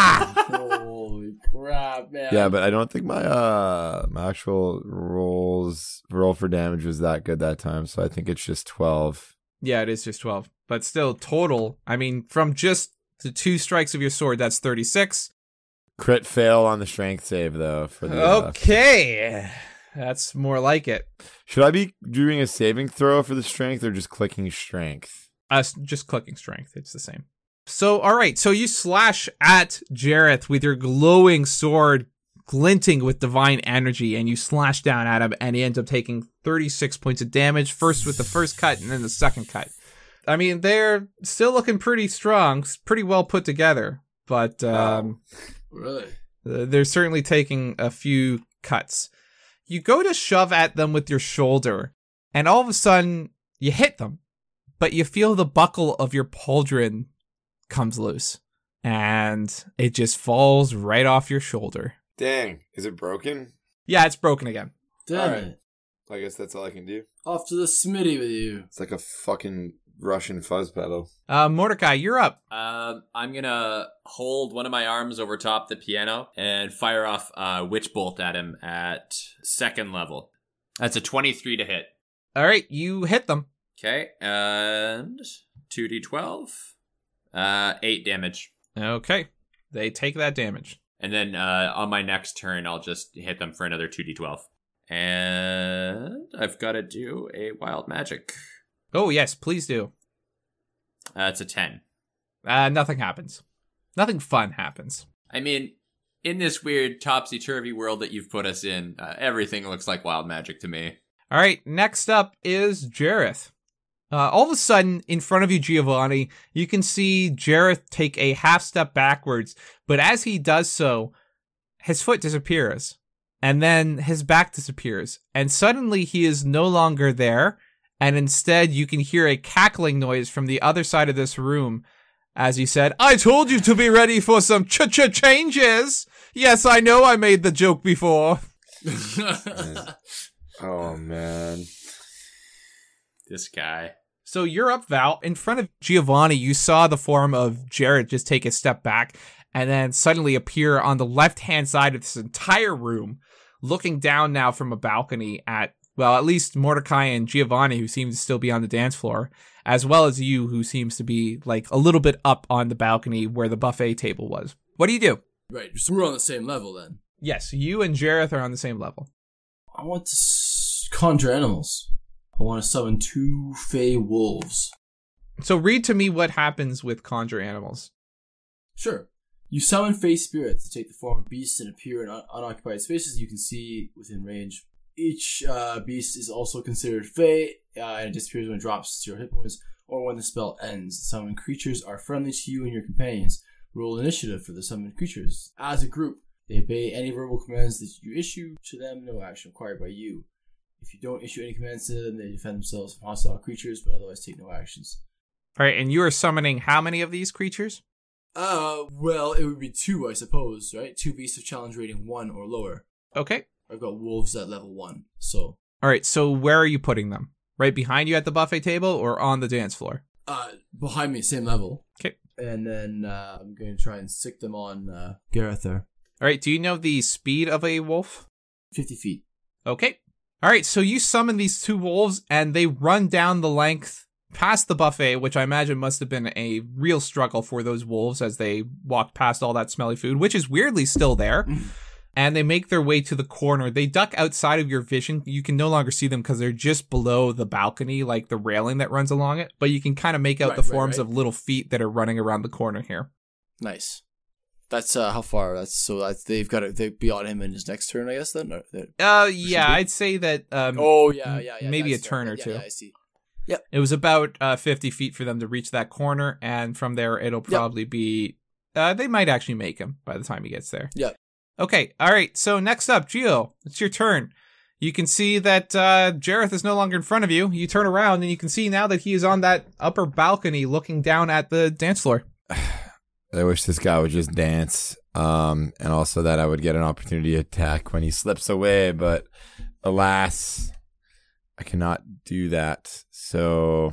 [SPEAKER 4] Holy crap, man.
[SPEAKER 2] Yeah, but I don't think my uh my actual rolls roll for damage was that good that time, so I think it's just 12.
[SPEAKER 1] yeah, it is just 12. But still, total, I mean, from just the two strikes of your sword, that's 36.
[SPEAKER 2] Crit fail on the strength save though for the uh,
[SPEAKER 1] Okay. That's more like it.
[SPEAKER 2] Should I be doing a saving throw for the strength or just clicking strength?
[SPEAKER 1] Us just clicking strength. It's the same. So, all right. So you slash at Jareth with your glowing sword glinting with divine energy, and you slash down at him, and he ends up taking 36 points of damage, first with the first cut and then the second cut. I mean, they're still looking pretty strong, s- pretty well put together, but um,
[SPEAKER 4] Really?
[SPEAKER 1] uh, they're certainly taking a few cuts. You go to shove at them with your shoulder, and all of a sudden you hit them, but you feel the buckle of your pauldron comes loose, and it just falls right off your shoulder.
[SPEAKER 5] Dang, is it broken?
[SPEAKER 1] Yeah, it's broken again.
[SPEAKER 4] Damn
[SPEAKER 5] Alright.
[SPEAKER 4] it.
[SPEAKER 5] I guess that's all I can do.
[SPEAKER 4] Off to the smitty with you.
[SPEAKER 5] It's like a fucking Russian fuzz pedal.
[SPEAKER 1] Uh, Mordecai, you're up.
[SPEAKER 3] Um, I'm gonna hold one of my arms over top the piano and fire off uh, witch bolt at him at second level. That's a 23 to hit.
[SPEAKER 1] All right, you hit them.
[SPEAKER 3] Okay, and 2d12, uh, eight damage,
[SPEAKER 1] Okay, they take that damage.
[SPEAKER 3] and then uh, on my next turn I'll just hit them for another 2d12. And I've got to do a wild magic.
[SPEAKER 1] Oh yes, please do.
[SPEAKER 3] Uh, it's a 10.
[SPEAKER 1] Uh, nothing happens. Nothing fun happens.
[SPEAKER 3] I mean, in this weird topsy turvy world that you've put us in, uh, everything looks like wild magic to me.
[SPEAKER 1] All right, next up is Jareth. Uh, all of a sudden, in front of you, Giovanni, you can see Jareth take a half step backwards, but as he does so, his foot disappears, and then his back disappears, and suddenly he is no longer there, and instead you can hear a cackling noise from the other side of this room as he said, I told you to be ready for some ch-ch changes! Yes, I know I made the joke before.
[SPEAKER 5] Oh man.
[SPEAKER 3] This guy.
[SPEAKER 1] So you're up, Val. In front of Giovanni, you saw the form of Jared just take a step back and then suddenly appear on the left hand side of this entire room, looking down now from a balcony at well, at least Mordecai and Giovanni, who seem to still be on the dance floor, as well as you, who seems to be like a little bit up on the balcony where the buffet table was. What do you do?
[SPEAKER 4] Right, so we're on the same level then.
[SPEAKER 1] Yes, you and Jareth are on the same level.
[SPEAKER 4] I want to s- conjure animals. I want to summon two fey wolves.
[SPEAKER 1] So read to me what happens with conjure animals.
[SPEAKER 4] Sure. You summon fey spirits to take the form of beasts and appear in un- unoccupied spaces you can see within range. Each uh, beast is also considered fey, uh, and it disappears when it drops to your hit points or when the spell ends. Summoned creatures are friendly to you and your companions. Roll initiative for the summoned creatures. As a group, they obey any verbal commands that you issue to them, no action required by you. If you don't issue any commands to them, they defend themselves from hostile creatures, but otherwise take no actions.
[SPEAKER 1] All right, and you are summoning how many of these creatures?
[SPEAKER 4] Uh, well, it would be two, I suppose, right? Two beasts of challenge rating one or lower.
[SPEAKER 1] Okay.
[SPEAKER 4] I've got wolves at level one, so
[SPEAKER 1] All right, so where are you putting them? Right behind you at the buffet table or on the dance floor?
[SPEAKER 4] uh, behind me, same level.
[SPEAKER 1] 'Kay.
[SPEAKER 4] And then uh, I'm going to try and stick them on uh, Gareth there,
[SPEAKER 1] All right, do you know the speed of a wolf?
[SPEAKER 4] fifty feet.
[SPEAKER 1] Okay. All right, so you summon these two wolves and they run down the length past the buffet, which I imagine must have been a real struggle for those wolves as they walked past all that smelly food, which is weirdly still there. And they make their way to the corner. They duck outside of your vision. You can no longer see them because they're just below the balcony, like the railing that runs along it. But you can kind of make out
[SPEAKER 4] Right,
[SPEAKER 1] the
[SPEAKER 4] right,
[SPEAKER 1] forms
[SPEAKER 4] right.
[SPEAKER 1] of little feet that are running around the corner here.
[SPEAKER 4] Nice. That's uh, how far. That's so that's they've got to they be on him in his next turn, I guess. Then. Or, that-
[SPEAKER 1] Uh, yeah,
[SPEAKER 4] we-
[SPEAKER 1] I'd say that um,
[SPEAKER 4] oh yeah, yeah, yeah.
[SPEAKER 1] maybe
[SPEAKER 4] that's
[SPEAKER 1] a turn
[SPEAKER 4] fair.
[SPEAKER 1] or
[SPEAKER 4] Yeah,
[SPEAKER 1] two.
[SPEAKER 4] Yeah, I see.
[SPEAKER 1] It was about uh, 50 feet for them to reach that corner, and from there it'll probably be. Uh, they might actually make him by the time he gets there.
[SPEAKER 4] Yep.
[SPEAKER 1] Okay. All right. So next up, Geo, it's your turn. You can see that uh, Jareth is no longer in front of you. You turn around and you can see now that he is on that upper balcony looking down at the dance floor.
[SPEAKER 2] I wish this guy would just dance. Um, and also that I would get an opportunity to attack when he slips away, but alas, I cannot do that. So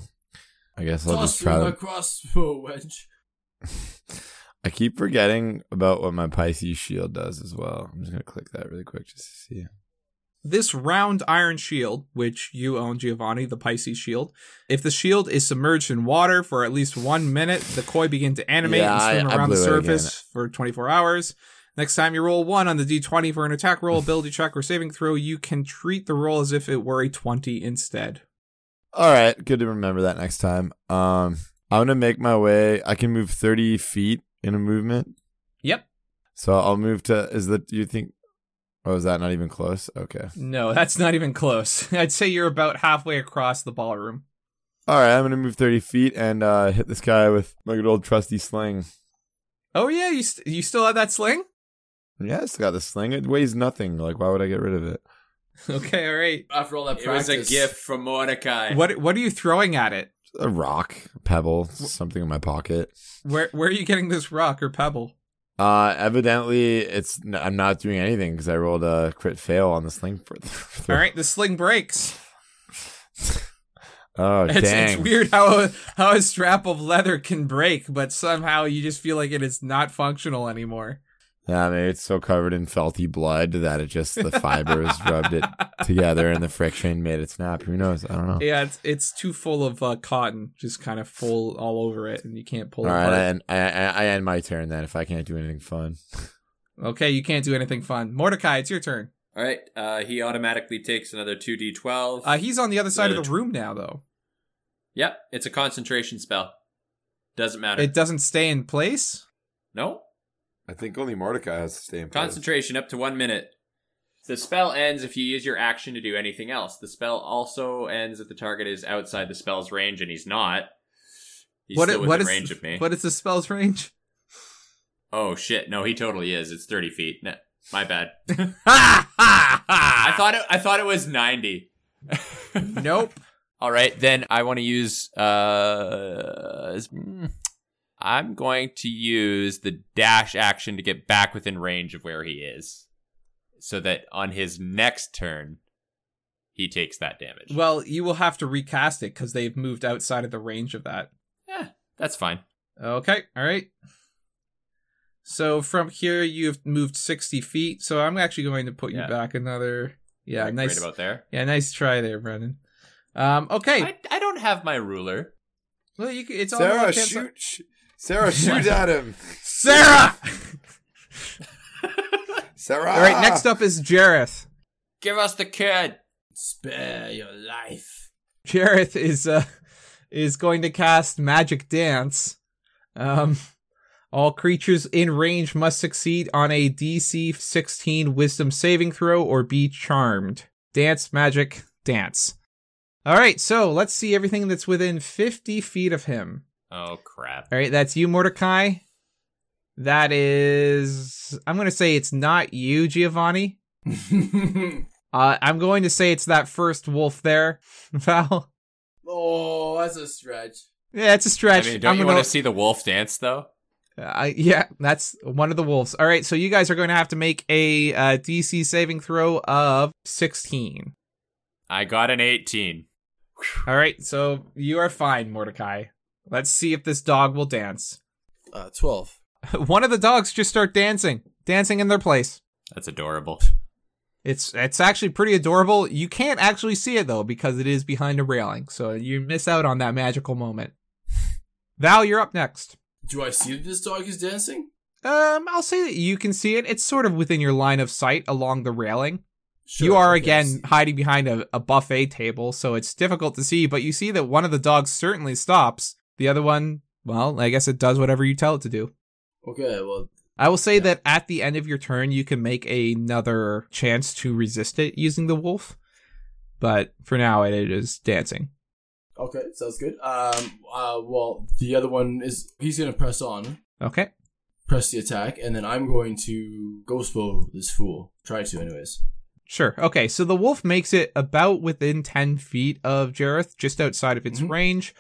[SPEAKER 2] I guess I'll just
[SPEAKER 4] Toss
[SPEAKER 2] try
[SPEAKER 4] him
[SPEAKER 2] to.
[SPEAKER 4] across for wedge.
[SPEAKER 2] I keep forgetting about what my Pisces shield does as well. I'm just gonna click that really quick just to see.
[SPEAKER 1] This round iron shield, which you own, Giovanni, the Pisces shield, if the shield is submerged in water for at least one minute, the koi begin to animate
[SPEAKER 2] Yeah, I-
[SPEAKER 1] and swim
[SPEAKER 2] I
[SPEAKER 1] around the
[SPEAKER 2] blew it again.
[SPEAKER 1] surface for 24 hours. Next time you roll one on the d20 for an attack roll, ability check, or saving throw, you can treat the roll as if it were a 20 instead.
[SPEAKER 2] All right, good to remember that next time. Um, I'm gonna make my way. I can move 30 feet in a movement,
[SPEAKER 1] Yep.
[SPEAKER 2] so I'll move to. Is that you think? Oh, is that not even close? Okay.
[SPEAKER 1] No, that's not even close. I'd say you're about halfway across the ballroom.
[SPEAKER 2] All right, I'm gonna move 30 feet and uh, hit this guy with my good old trusty sling.
[SPEAKER 1] Oh, yeah, you, st- you still have that sling?
[SPEAKER 2] Yeah, I still got the sling. It weighs nothing. Like, why would I get rid of it?
[SPEAKER 1] Okay, all right.
[SPEAKER 4] After all that
[SPEAKER 3] It was
[SPEAKER 4] practice,
[SPEAKER 3] a gift from Mordecai.
[SPEAKER 1] What, what are you throwing at it?
[SPEAKER 2] A rock, a pebble, something in my pocket.
[SPEAKER 1] Where, where are you getting this rock or pebble?
[SPEAKER 2] Uh, evidently, it's n- I'm not doing anything because I rolled a crit fail on the sling. For-
[SPEAKER 1] All right, the sling breaks.
[SPEAKER 2] Oh,
[SPEAKER 1] It's,
[SPEAKER 2] dang.
[SPEAKER 1] it's weird how a, how a strap of leather can break, but somehow you just feel like it is not functional anymore.
[SPEAKER 2] Yeah, maybe it's so covered in felty blood that it just the fibers rubbed it together and the friction made it snap. Who knows? I don't know.
[SPEAKER 1] Yeah, it's it's too full of uh, cotton, just kind of full all over it, and you can't pull
[SPEAKER 2] All
[SPEAKER 1] it
[SPEAKER 2] right, I
[SPEAKER 1] apart.
[SPEAKER 2] end, I, I I end my turn then if I can't do anything fun.
[SPEAKER 1] Okay, you can't do anything fun. Mordecai, it's your turn.
[SPEAKER 3] All right, uh, he automatically takes another two d twelve.
[SPEAKER 1] Uh, he's on the other side of
[SPEAKER 3] Good.
[SPEAKER 1] the room now, though.
[SPEAKER 3] Yep, it's a concentration spell. Doesn't matter.
[SPEAKER 1] It doesn't stay in place.
[SPEAKER 3] no
[SPEAKER 5] I think only Mordecai has to stay in place.
[SPEAKER 3] concentration up to one minute. The spell ends if you use your action to do anything else. The spell also ends if the target is outside the spell's range, and he's not. He's
[SPEAKER 1] What i-
[SPEAKER 3] still
[SPEAKER 1] what
[SPEAKER 3] within
[SPEAKER 1] is-
[SPEAKER 3] range of me.
[SPEAKER 1] What is the spell's range?
[SPEAKER 3] oh shit! No, he totally is. It's thirty feet. No, my bad.
[SPEAKER 1] Ha ha
[SPEAKER 3] I
[SPEAKER 1] ha!
[SPEAKER 3] thought it, I thought it was ninety.
[SPEAKER 1] Nope.
[SPEAKER 3] All right, then I want to use. Uh, s- mm, I'm going to use the dash action to get back within range of where he is, so that on his next turn, he takes that damage.
[SPEAKER 1] Well, you will have to recast it because they've moved outside of the range of that.
[SPEAKER 3] yeah, that's fine.
[SPEAKER 1] Okay, all right. So from here, you've moved 60 feet. So I'm actually going to put you
[SPEAKER 3] Yeah.
[SPEAKER 1] back another. Yeah,
[SPEAKER 3] Right-
[SPEAKER 1] nice.
[SPEAKER 3] Right about there.
[SPEAKER 1] yeah, nice try there, Brendan. Um, okay,
[SPEAKER 3] I, I don't have my ruler.
[SPEAKER 1] well, you, c- it's all
[SPEAKER 5] Sarah,
[SPEAKER 1] left-hand side.
[SPEAKER 5] shoot. Sh- Sarah, shoot at him.
[SPEAKER 1] Sarah.
[SPEAKER 5] Sarah.
[SPEAKER 1] all right, next up is Jareth.
[SPEAKER 3] Give us the kid.
[SPEAKER 4] Spare your life.
[SPEAKER 1] Jareth is uh is going to cast Magic Dance. Um, all creatures in range must succeed on a DC 16 Wisdom saving throw or be charmed. Dance, magic, dance. All right, so let's see everything that's within 50 feet of him.
[SPEAKER 3] Oh crap.
[SPEAKER 1] All right, that's you, Mordecai. That is, I'm going to say it's not you, Giovanni. Uh, I'm going to say it's that first wolf there, Val.
[SPEAKER 4] oh, that's a stretch.
[SPEAKER 1] Yeah, it's a
[SPEAKER 3] I
[SPEAKER 1] stretch.
[SPEAKER 3] mean, don't
[SPEAKER 1] I'm
[SPEAKER 3] you
[SPEAKER 1] gonna-
[SPEAKER 3] want to see the wolf dance though?
[SPEAKER 1] Uh, yeah, that's one of the wolves. All right, so you guys are going to have to make a uh, DC saving throw of 16.
[SPEAKER 3] I got an 18.
[SPEAKER 1] All right, so you are fine, Mordecai. Let's see if this dog will dance.
[SPEAKER 4] Uh, twelve.
[SPEAKER 1] one of the dogs just start dancing, dancing in their place.
[SPEAKER 3] That's adorable.
[SPEAKER 1] It's it's actually pretty adorable. You can't actually see it though because it is behind a railing, so you miss out on that magical moment. Val, you're up next.
[SPEAKER 4] Do I see that this dog is dancing?
[SPEAKER 1] Um, I'll say that you can see it. It's sort of within your line of sight along the railing. you are
[SPEAKER 4] okay, I
[SPEAKER 1] again
[SPEAKER 4] see.
[SPEAKER 1] hiding behind a, a buffet table, so it's difficult to see, but you see that one of the dogs certainly stops. The other one, well, I guess it does whatever you tell it to do.
[SPEAKER 4] Okay, well,
[SPEAKER 1] I will say
[SPEAKER 4] Yeah.
[SPEAKER 1] that at the end of your turn, you can make another chance to resist it using the wolf, but for now, it is dancing.
[SPEAKER 4] okay, sounds good. Um, uh, well, the other one is he's gonna press on,
[SPEAKER 1] Okay.
[SPEAKER 4] press the attack, and then I'm going to ghost bow this fool. Try to, anyways.
[SPEAKER 1] Sure. Okay. So the wolf makes it about within 10 feet of Jareth, just outside of its
[SPEAKER 4] Mhm.
[SPEAKER 1] range.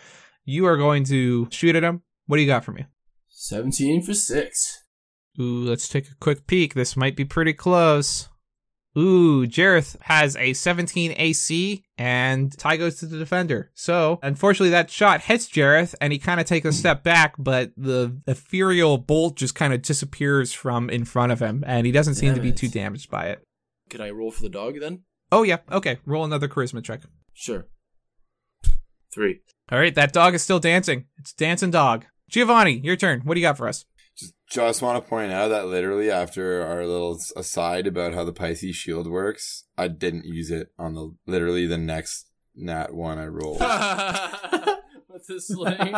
[SPEAKER 1] You are going to shoot at him. What do you got from you?
[SPEAKER 4] Seventeen for six.
[SPEAKER 1] Ooh, let's take a quick peek. This might be pretty close. Ooh, Jareth has a 17 AC and tie goes to the defender. So, unfortunately, that shot hits Jareth and he kind of takes a step back, but the ethereal bolt just kind of disappears from in front of him and he doesn't seem to be
[SPEAKER 4] Damn it.
[SPEAKER 1] too damaged by it.
[SPEAKER 4] Can I roll for the dog then?
[SPEAKER 1] Oh, yeah. Okay. Roll another charisma check.
[SPEAKER 4] Sure. Three.
[SPEAKER 1] All right, that dog is still dancing. It's dancing dog. Giovanni, your turn. What do you got for us?
[SPEAKER 5] Just, just want to point out that literally after our little s- aside about how the Pisces shield works, I didn't use it on the literally the next nat one I rolled.
[SPEAKER 4] What's this slang?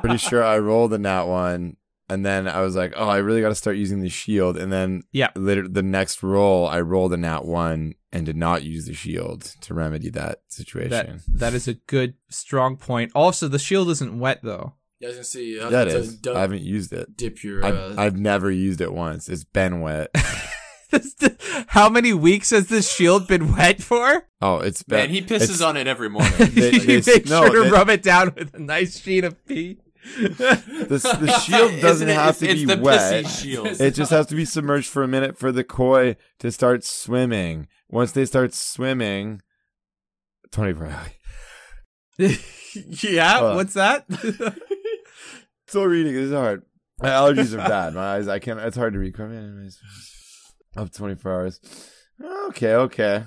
[SPEAKER 2] Pretty sure I rolled in that one, and then I was like, "Oh, I really got to start using the shield." And then
[SPEAKER 1] Yeah.
[SPEAKER 2] later the next roll, I rolled in that one and did not use the shield to remedy that situation.
[SPEAKER 1] That, that is a good, strong point. Also, the shield isn't wet, though.
[SPEAKER 4] You guys can see. You have
[SPEAKER 2] that
[SPEAKER 4] to
[SPEAKER 2] is,
[SPEAKER 4] dunk-
[SPEAKER 2] I haven't used it.
[SPEAKER 4] dip your. uh,
[SPEAKER 2] I've, I've never used it once. It's been wet.
[SPEAKER 1] This- How many weeks has this shield been wet for?
[SPEAKER 2] Oh, it's been.
[SPEAKER 3] Man, he pisses
[SPEAKER 2] it's-
[SPEAKER 3] on it every morning.
[SPEAKER 2] They-
[SPEAKER 1] you
[SPEAKER 2] they-
[SPEAKER 1] make
[SPEAKER 2] no,
[SPEAKER 1] sure to
[SPEAKER 2] they-
[SPEAKER 1] rub it down with a nice sheet of pee.
[SPEAKER 2] The, the shield doesn't
[SPEAKER 3] Isn't it?
[SPEAKER 2] have
[SPEAKER 3] It's-
[SPEAKER 2] to
[SPEAKER 3] it's
[SPEAKER 2] be
[SPEAKER 3] the
[SPEAKER 2] wet.
[SPEAKER 3] pissy shield.
[SPEAKER 2] It just has to be submerged for a minute for the koi to start swimming. Once they start swimming, 24 hours.
[SPEAKER 1] yeah,
[SPEAKER 2] Uh.
[SPEAKER 1] what's that?
[SPEAKER 2] Still reading. This is hard. My allergies are bad. My eyes, I can't. It's hard to read. Come in, anyways. Up 24 hours. Okay, okay.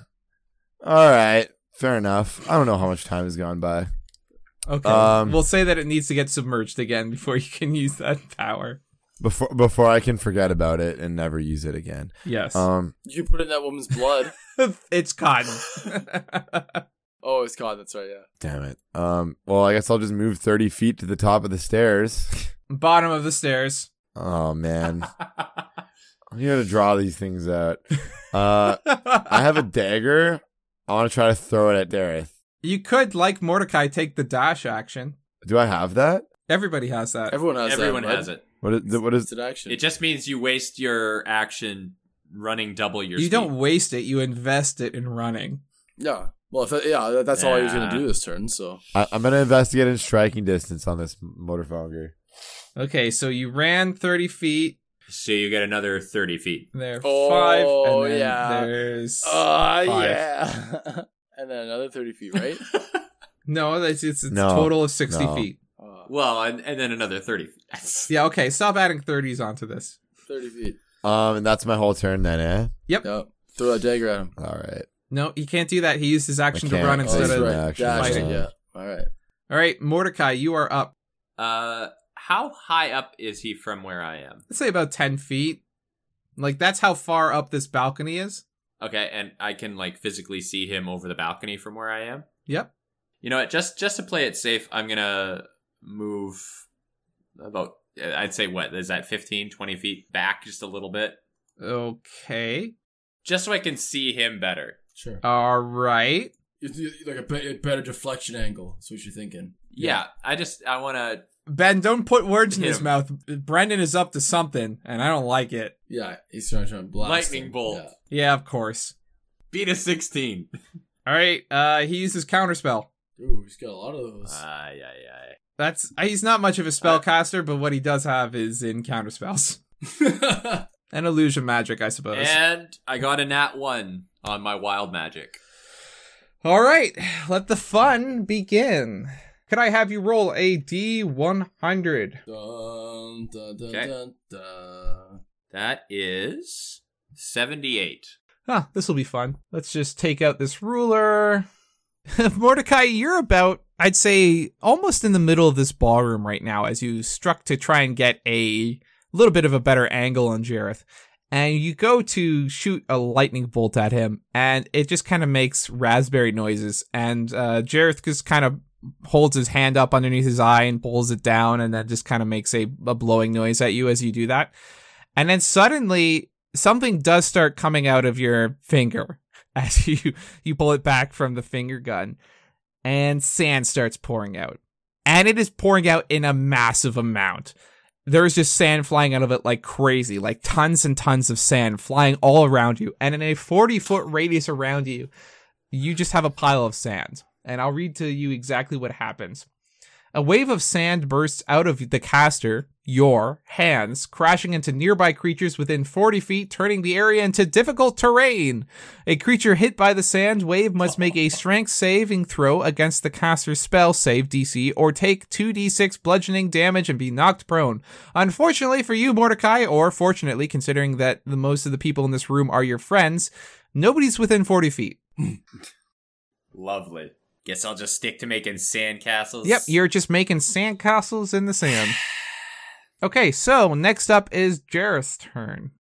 [SPEAKER 2] All right. Fair enough. I don't know how much time has gone by.
[SPEAKER 1] okay,
[SPEAKER 2] Um,
[SPEAKER 1] we'll say that it needs to get submerged again before you can use that power.
[SPEAKER 2] Before before I can forget about it and never use it again.
[SPEAKER 1] Yes,
[SPEAKER 2] Um,
[SPEAKER 4] you put in that woman's blood.
[SPEAKER 1] it's cotton.
[SPEAKER 4] oh, it's gone. That's right. Yeah.
[SPEAKER 2] damn it. Um, well, I guess I'll just move 30 feet to the top of the stairs.
[SPEAKER 1] Bottom of the stairs.
[SPEAKER 2] Oh man, I'm here to draw these things out. Uh, I have a dagger. I want to try to throw it at Dareth.
[SPEAKER 1] You could, like Mordecai, take the dash action.
[SPEAKER 2] Do I have that?
[SPEAKER 1] Everybody has that.
[SPEAKER 4] Everyone has.
[SPEAKER 3] Everyone
[SPEAKER 4] that, right?
[SPEAKER 3] has it.
[SPEAKER 2] What is? What
[SPEAKER 4] It's
[SPEAKER 2] is?
[SPEAKER 4] an action.
[SPEAKER 3] It just means you waste your action running double your
[SPEAKER 1] you
[SPEAKER 3] speed.
[SPEAKER 1] don't waste it, you invest it in running.
[SPEAKER 4] yeah. Well, if that, yeah, that- that's all I was gonna
[SPEAKER 3] Yeah.
[SPEAKER 4] do this turn. So
[SPEAKER 2] I, I'm gonna investigate in striking distance on this motorfonger.
[SPEAKER 1] Okay, so you ran 30 feet.
[SPEAKER 3] So you get another 30 feet.
[SPEAKER 1] There are
[SPEAKER 4] Oh,
[SPEAKER 1] five. And then
[SPEAKER 4] yeah.
[SPEAKER 1] There's.
[SPEAKER 4] Uh,
[SPEAKER 1] Five.
[SPEAKER 4] yeah. and then another 30 feet, right?
[SPEAKER 1] no, it's, it's, it's
[SPEAKER 2] No,
[SPEAKER 1] a total of 60
[SPEAKER 2] no.
[SPEAKER 1] feet.
[SPEAKER 4] uh,
[SPEAKER 3] Well, and, and then another 30 feet.
[SPEAKER 1] Yeah, okay, stop adding 30s onto this.
[SPEAKER 4] 30 feet.
[SPEAKER 2] Um, and that's my whole turn then, eh?
[SPEAKER 4] Yep. Throw that dagger at him.
[SPEAKER 2] All right.
[SPEAKER 1] No, he can't do that. He used his action to
[SPEAKER 2] can't.
[SPEAKER 1] run
[SPEAKER 2] Oh,
[SPEAKER 1] instead
[SPEAKER 2] that's
[SPEAKER 1] of.
[SPEAKER 2] right. action,
[SPEAKER 4] That's
[SPEAKER 1] fighting.
[SPEAKER 4] right, yeah. All right.
[SPEAKER 1] All right, Mordecai, you are up.
[SPEAKER 3] Uh, how high up is he from where I am?
[SPEAKER 1] Let's say about ten feet. Like that's how far up this balcony is.
[SPEAKER 3] Okay, and I can like physically see him over the balcony from where I am.
[SPEAKER 1] Yep.
[SPEAKER 3] You know what? Just just to play it safe, I'm gonna move about. I'd say what is that 15, 20 feet back, just a little bit,
[SPEAKER 1] Okay.
[SPEAKER 3] just so I can see him better.
[SPEAKER 4] Sure.
[SPEAKER 1] All right.
[SPEAKER 4] It's uh, like a be- a better deflection angle. That's what you're thinking.
[SPEAKER 3] Yeah, I just I want to.
[SPEAKER 1] Ben, don't put words in
[SPEAKER 3] Hit
[SPEAKER 1] his
[SPEAKER 3] him.
[SPEAKER 1] mouth. Brendan is up to something, and I don't like it.
[SPEAKER 4] Yeah, he's trying to blast.
[SPEAKER 3] Lightning
[SPEAKER 4] him.
[SPEAKER 3] bolt.
[SPEAKER 4] Yeah.
[SPEAKER 1] Yeah, of course.
[SPEAKER 3] Beat a sixteen.
[SPEAKER 1] All right. Uh, he uses counterspell.
[SPEAKER 4] Ooh, he's got a lot of those.
[SPEAKER 3] Aye, aye,
[SPEAKER 1] That's uh, he's not much of a spellcaster, but what he does have is in counterspells and illusion magic, I
[SPEAKER 3] aye.
[SPEAKER 1] suppose.
[SPEAKER 3] And I got a nat one on my wild magic.
[SPEAKER 1] All right, let the fun begin. Could I have you roll a d100?
[SPEAKER 4] dun, dun, dun,
[SPEAKER 3] Okay.
[SPEAKER 4] dun, dun.
[SPEAKER 3] That is seventy-eight.
[SPEAKER 1] Huh, this will "Ah, be fun. Let's just take out this ruler. Mordecai, you're about, I'd say, almost in the middle of this ballroom right now as you struck to try and get a little bit of a better angle on Jareth. And you go to shoot a lightning bolt at him, and it just kind of makes raspberry noises. And uh, Jareth just kind of holds his hand up underneath his eye and pulls it down, and then just kind of makes a, a blowing noise at you as you do that. And then suddenly something does start coming out of your finger as you you pull it back from the finger gun and sand starts pouring out and it is pouring out in a massive amount there's just sand flying out of it like crazy like tons and tons of sand flying all around you and in a 40 foot radius around you you just have a pile of sand and i'll read to you exactly what happens a wave of sand bursts out of the caster, your hands, crashing into nearby creatures within 40 feet, turning the area into difficult terrain. A creature hit by the sand wave must make a strength saving throw against the caster's spell save DC or take 2d6 bludgeoning damage and be knocked prone. Unfortunately for you, Mordecai, or fortunately, considering that the most of the people in this room are your friends, nobody's within 40 feet.
[SPEAKER 3] Lovely. Guess I'll just stick to making sandcastles.
[SPEAKER 1] Yep, you're just making sandcastles in the sand. Okay, so next up is Jareth's turn.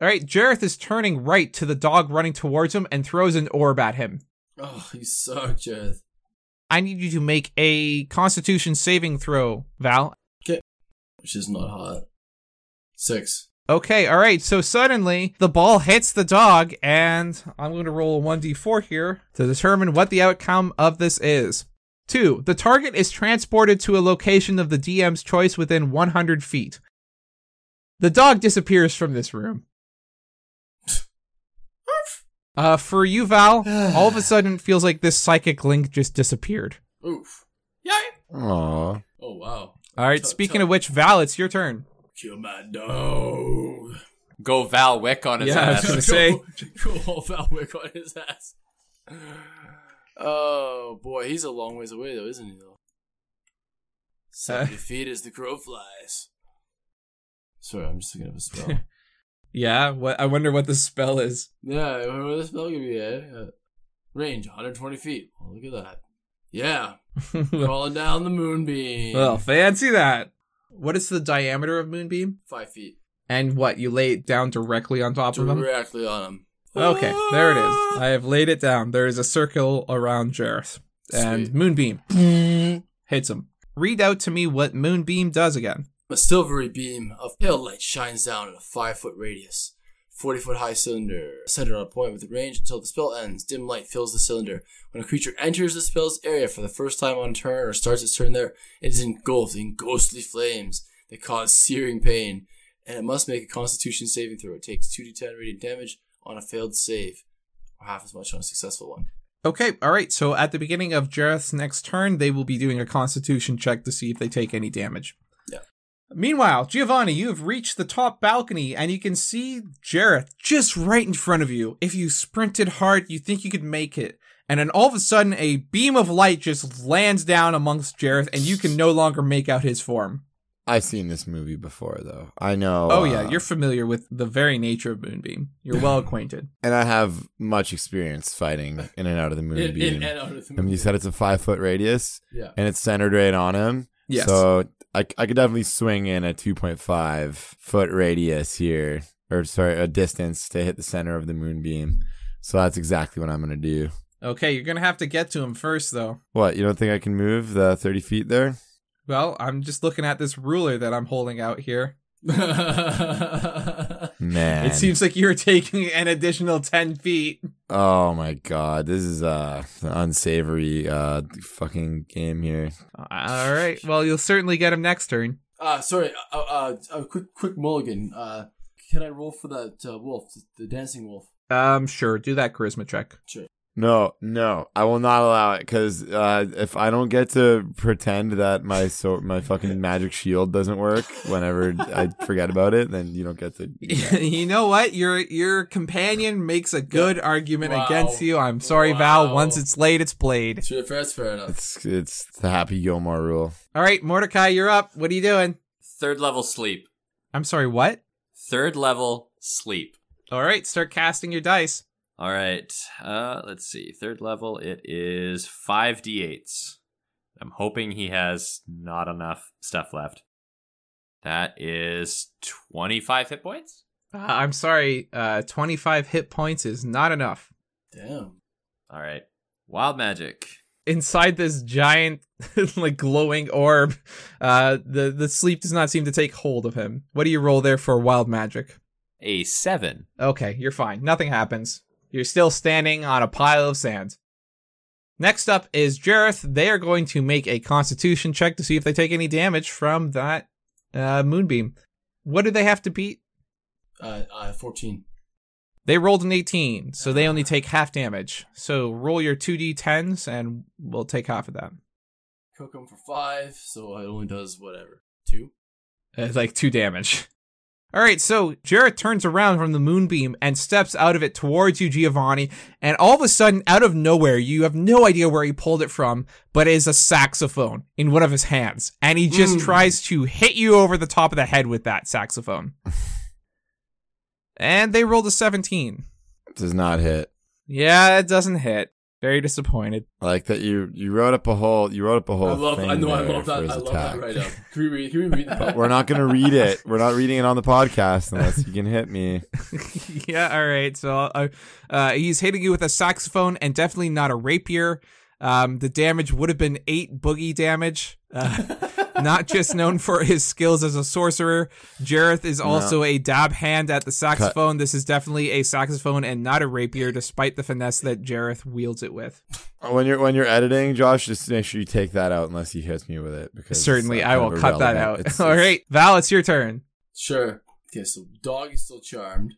[SPEAKER 1] All right, Jareth is turning right to the dog running towards him and throws an orb at him.
[SPEAKER 4] Oh, you suck, Jareth.
[SPEAKER 1] I need you to make a Constitution saving throw, Val.
[SPEAKER 4] Which is not hot. Six.
[SPEAKER 1] Okay, all right. So suddenly the ball hits the dog, and I'm going to roll a 1d4 here to determine what the outcome of this is. Two, the target is transported to a location of the DM's choice within 100 feet. The dog disappears from this room. Uh, for you, Val, all of a sudden it feels like this psychic link just disappeared.
[SPEAKER 4] Oof.
[SPEAKER 2] Aw.
[SPEAKER 4] Oh wow.
[SPEAKER 1] All right,
[SPEAKER 4] Tell-
[SPEAKER 1] speaking
[SPEAKER 4] tell-
[SPEAKER 1] of which, Val, it's your turn.
[SPEAKER 4] Kill my dog.
[SPEAKER 3] Go Val Wick on his
[SPEAKER 1] Yeah, I was
[SPEAKER 3] ass.
[SPEAKER 1] gonna say.
[SPEAKER 4] Go all Valwick on his ass. Oh boy, he's a long ways away though, isn't he?
[SPEAKER 1] Uh.
[SPEAKER 4] Though seventy feet as the crow flies. Sorry, I'm just thinking of a spell.
[SPEAKER 1] Yeah, what, I wonder what the spell is.
[SPEAKER 4] yeah, I remember the spell could be eh? Uh, range 120 feet. Well, look at that. Yeah, calling down the moonbeam.
[SPEAKER 1] Well, fancy that. What is the diameter of Moonbeam?
[SPEAKER 4] five feet
[SPEAKER 1] And what, you lay it down directly on top of him?
[SPEAKER 4] directly on him.
[SPEAKER 1] Okay, there it
[SPEAKER 4] Ah!
[SPEAKER 1] is. I have laid it down. There is a circle around Jareth. And
[SPEAKER 4] Sweet.
[SPEAKER 1] Moonbeam
[SPEAKER 4] Ah!
[SPEAKER 1] hits him. Read out to me what Moonbeam does again.
[SPEAKER 4] A silvery beam of pale light shines down in a five foot radius. Forty foot high cylinder centered on a point with range until the spell ends. Dim light fills the cylinder. When a creature enters the spell's area for the first time on turn or starts its turn there, it is engulfed in ghostly flames that cause searing pain, and it must make a constitution saving throw. It takes two d10 radiant damage on a failed save, or half as much on a successful one.
[SPEAKER 1] Okay, all right. So at the beginning of Jareth's next turn, they will be doing a constitution check to see if they take any damage.
[SPEAKER 4] Yeah.
[SPEAKER 1] Meanwhile, Giovanni, you have reached the top balcony and you can see Jareth just right in front of you. If you sprinted hard, you think you could make it. And then all of a sudden, a beam of light just lands down amongst Jareth and you can no longer make out his form.
[SPEAKER 2] I've seen this movie before, though. I know.
[SPEAKER 1] Oh,
[SPEAKER 2] uh,
[SPEAKER 1] yeah, you're familiar with the very nature of Moonbeam. You're well acquainted.
[SPEAKER 2] and I have much experience fighting in and out of the
[SPEAKER 4] In,
[SPEAKER 2] moonbeam.
[SPEAKER 4] in and out of the
[SPEAKER 2] I mean, you said it's a five foot radius,
[SPEAKER 4] Yeah.
[SPEAKER 2] and it's centered right on him.
[SPEAKER 1] Yes.
[SPEAKER 2] So I, I could definitely swing in a two point five foot radius here, or sorry, a distance to hit the center of the moonbeam. So that's exactly what I'm gonna do.
[SPEAKER 1] okay, you're gonna have to get to him first, though.
[SPEAKER 2] What you don't think I can move the thirty feet there?
[SPEAKER 1] Well, I'm just looking at this ruler that I'm holding out here.
[SPEAKER 2] Man,
[SPEAKER 1] It seems like you're taking an additional 10 feet.
[SPEAKER 2] Oh my god, this is uh, an unsavory uh fucking game here.
[SPEAKER 1] Uh, All right. Well, you'll certainly get him next turn.
[SPEAKER 4] uh, sorry. Uh, uh, a quick, quick mulligan. Uh, can I roll for that uh, wolf, the dancing wolf?
[SPEAKER 1] Um, sure. Do that charisma check.
[SPEAKER 2] No, no, I will not allow it because uh, if I don't get to pretend that my so- my fucking magic shield doesn't work whenever I forget about it, then you don't get to.
[SPEAKER 1] you know what? Your your companion makes a good argument
[SPEAKER 4] Wow.
[SPEAKER 1] against you. I'm sorry, Val.
[SPEAKER 4] Wow.
[SPEAKER 1] Once it's laid, it's played.
[SPEAKER 4] Sure, fair, that's fair enough.
[SPEAKER 2] It's it's the Happy Gilmore rule.
[SPEAKER 1] All right, Mordecai, you're up. What are you doing?
[SPEAKER 3] Third level sleep.
[SPEAKER 1] I'm sorry. What?
[SPEAKER 3] Third level sleep.
[SPEAKER 1] All right, start casting your dice.
[SPEAKER 3] All right. Uh, let's see. Third level, it is 5d8s. I'm hoping he has not enough stuff left. That is 25 hit points.
[SPEAKER 1] Uh, I'm sorry. Uh, 25 hit points is not enough.
[SPEAKER 4] Damn.
[SPEAKER 3] All right. Wild magic.
[SPEAKER 1] Inside this giant, like glowing orb, uh, the the sleep does not seem to take hold of him. What do you roll there for wild magic?
[SPEAKER 3] A 7.
[SPEAKER 1] Okay, you're fine. Nothing happens. You're still standing on a pile of sand. Next up is Jareth. They are going to make a constitution check to see if they take any damage from that uh, moonbeam. What do they have to beat?
[SPEAKER 4] Uh, uh, 14.
[SPEAKER 1] They rolled an 18, so they only take half damage. So roll your 2d10s and we'll take half of that.
[SPEAKER 4] Cook him for 5, so it only does whatever. 2?
[SPEAKER 1] Uh, like two damage. All right, so Jarrett turns around from the moonbeam and steps out of it towards you, Giovanni. And all of a sudden, out of nowhere, you have no idea where he pulled it from, but it is a saxophone in one of his hands. And he just
[SPEAKER 4] Mm.
[SPEAKER 1] tries to hit you over the top of the head with that saxophone. and they rolled a 17.
[SPEAKER 2] Does not hit.
[SPEAKER 1] Yeah, it doesn't hit. Very disappointed.
[SPEAKER 2] I Like that you you wrote up a whole you wrote up a whole.
[SPEAKER 4] I love,
[SPEAKER 2] thing
[SPEAKER 4] I know, I
[SPEAKER 2] there
[SPEAKER 4] love
[SPEAKER 2] for
[SPEAKER 4] that.
[SPEAKER 2] his
[SPEAKER 4] I love
[SPEAKER 2] attack.
[SPEAKER 4] that right up. Can we read, can we read
[SPEAKER 2] But
[SPEAKER 4] that?
[SPEAKER 2] we're not gonna read it. We're not reading it on the podcast unless you can hit me.
[SPEAKER 1] yeah, all right. So uh, uh, he's hitting you with a saxophone and definitely not a rapier. Um, the damage would have been eight boogie damage. Uh, not just known for his skills as a sorcerer, Jareth is also a dab hand at the saxophone. This is definitely a saxophone and not a rapier, despite the finesse that Jareth wields it with.
[SPEAKER 2] When you're when you're editing, Josh, just make sure you take that out unless he hits me with it. Because
[SPEAKER 1] Certainly,
[SPEAKER 2] it's, uh,
[SPEAKER 1] I
[SPEAKER 2] kind
[SPEAKER 1] will
[SPEAKER 2] of
[SPEAKER 1] cut that
[SPEAKER 2] irrelevant.
[SPEAKER 1] out.
[SPEAKER 2] It's-
[SPEAKER 1] All
[SPEAKER 2] it's-
[SPEAKER 1] right, Val, it's your turn.
[SPEAKER 4] Sure. Okay, so dog is still charmed.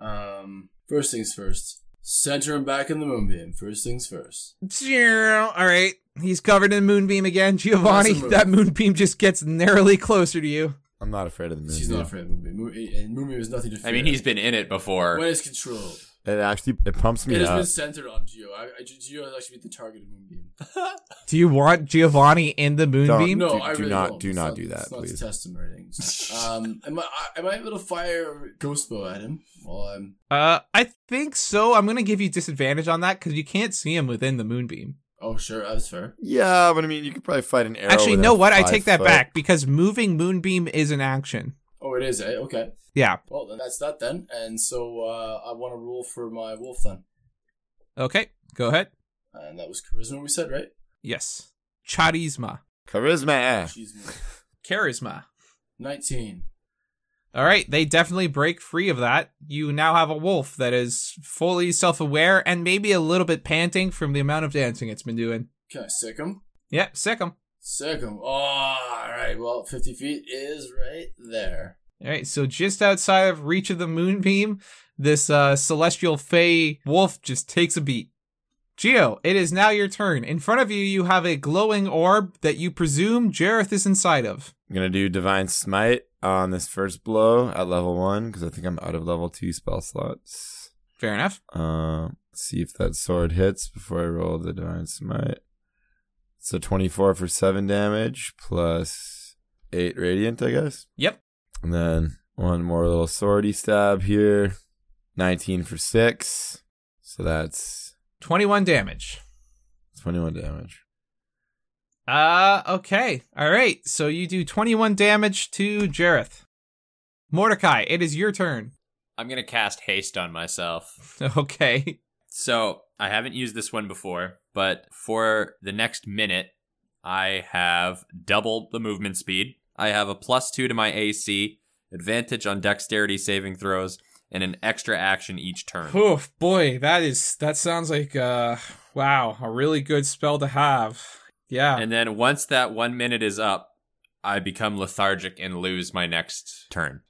[SPEAKER 4] Um, first things first. Center him back in the moonbeam. First things first.
[SPEAKER 1] All right, he's covered in moonbeam again. Giovanni,
[SPEAKER 4] Awesome move.
[SPEAKER 1] that moonbeam just gets narrowly closer to you.
[SPEAKER 2] I'm not afraid of the moon.
[SPEAKER 4] She's not afraid of moonbeam. Moon- And moonbeam is nothing to fear.
[SPEAKER 3] I mean, he's been in it before.
[SPEAKER 4] when it's controlled.
[SPEAKER 2] It actually it pumps me
[SPEAKER 4] It has
[SPEAKER 2] up.
[SPEAKER 4] been centered on Geo. I, I, Geo has actually been the target of moonbeam.
[SPEAKER 1] Do you want Giovanni in the moonbeam?
[SPEAKER 4] No,
[SPEAKER 2] Do-
[SPEAKER 4] I
[SPEAKER 2] do
[SPEAKER 4] really
[SPEAKER 2] not-
[SPEAKER 4] won't.
[SPEAKER 2] do
[SPEAKER 4] It's
[SPEAKER 2] not do that,
[SPEAKER 4] it's not
[SPEAKER 2] please.
[SPEAKER 4] Testing ratings. um, am I, I- am I able to fire ghost bow at him? Well, I'm
[SPEAKER 1] Uh, I think so. I'm gonna give you disadvantage on that because you can't see him within the moonbeam.
[SPEAKER 4] oh sure, that's fair.
[SPEAKER 2] Yeah, but I mean, you could probably fight an arrow.
[SPEAKER 1] Actually,
[SPEAKER 2] with
[SPEAKER 1] no.
[SPEAKER 2] a
[SPEAKER 1] What? I
[SPEAKER 2] five
[SPEAKER 1] take that
[SPEAKER 2] foot-
[SPEAKER 1] back because moving moonbeam is an action.
[SPEAKER 4] Oh, it is. Eh? Okay.
[SPEAKER 1] Yeah.
[SPEAKER 4] Well, then that's that then. And so uh, I want to roll for my wolf then.
[SPEAKER 1] Okay. Go ahead.
[SPEAKER 4] And that was charisma we said, right?
[SPEAKER 1] Yes. Charisma.
[SPEAKER 2] Charisma.
[SPEAKER 4] She's
[SPEAKER 1] Charisma.
[SPEAKER 4] nineteen.
[SPEAKER 1] All right. They definitely break free of that. You now have a wolf that is fully self-aware and maybe a little bit panting from the amount of dancing it's been doing.
[SPEAKER 4] Can I sick him?
[SPEAKER 1] Yep. Sick him.
[SPEAKER 4] Sick him. Oh, all right. Well, fifty feet is right there.
[SPEAKER 1] All right, so just outside of reach of the moonbeam, this uh, celestial fey wolf just takes a beat. Geo, it is now your turn. In front of you, you have a glowing orb that you presume Jareth is inside of.
[SPEAKER 2] I'm gonna do divine smite on this first blow at level one because I think I'm out of level two spell slots.
[SPEAKER 1] Fair enough.
[SPEAKER 2] Uh, let's see if that sword hits before I roll the divine smite. So 24 for seven damage plus eight radiant, I guess.
[SPEAKER 1] Yep.
[SPEAKER 2] And then one more little sorority stab here. 19 for six. So that's
[SPEAKER 1] 21 damage.
[SPEAKER 2] 21 damage.
[SPEAKER 1] Uh, okay. All right. So you do 21 damage to Jareth. Mordecai, it is your turn.
[SPEAKER 3] I'm gonna cast haste on myself.
[SPEAKER 1] Okay.
[SPEAKER 3] So I haven't used this one before, but for the next minute, I have doubled the movement speed. I have a plus two to my AC, advantage on dexterity saving throws, and an extra action each turn.
[SPEAKER 1] Oh boy, that is that sounds like uh wow, a really good spell to have. Yeah.
[SPEAKER 3] And then once that one minute is up, I become lethargic and lose my next turn.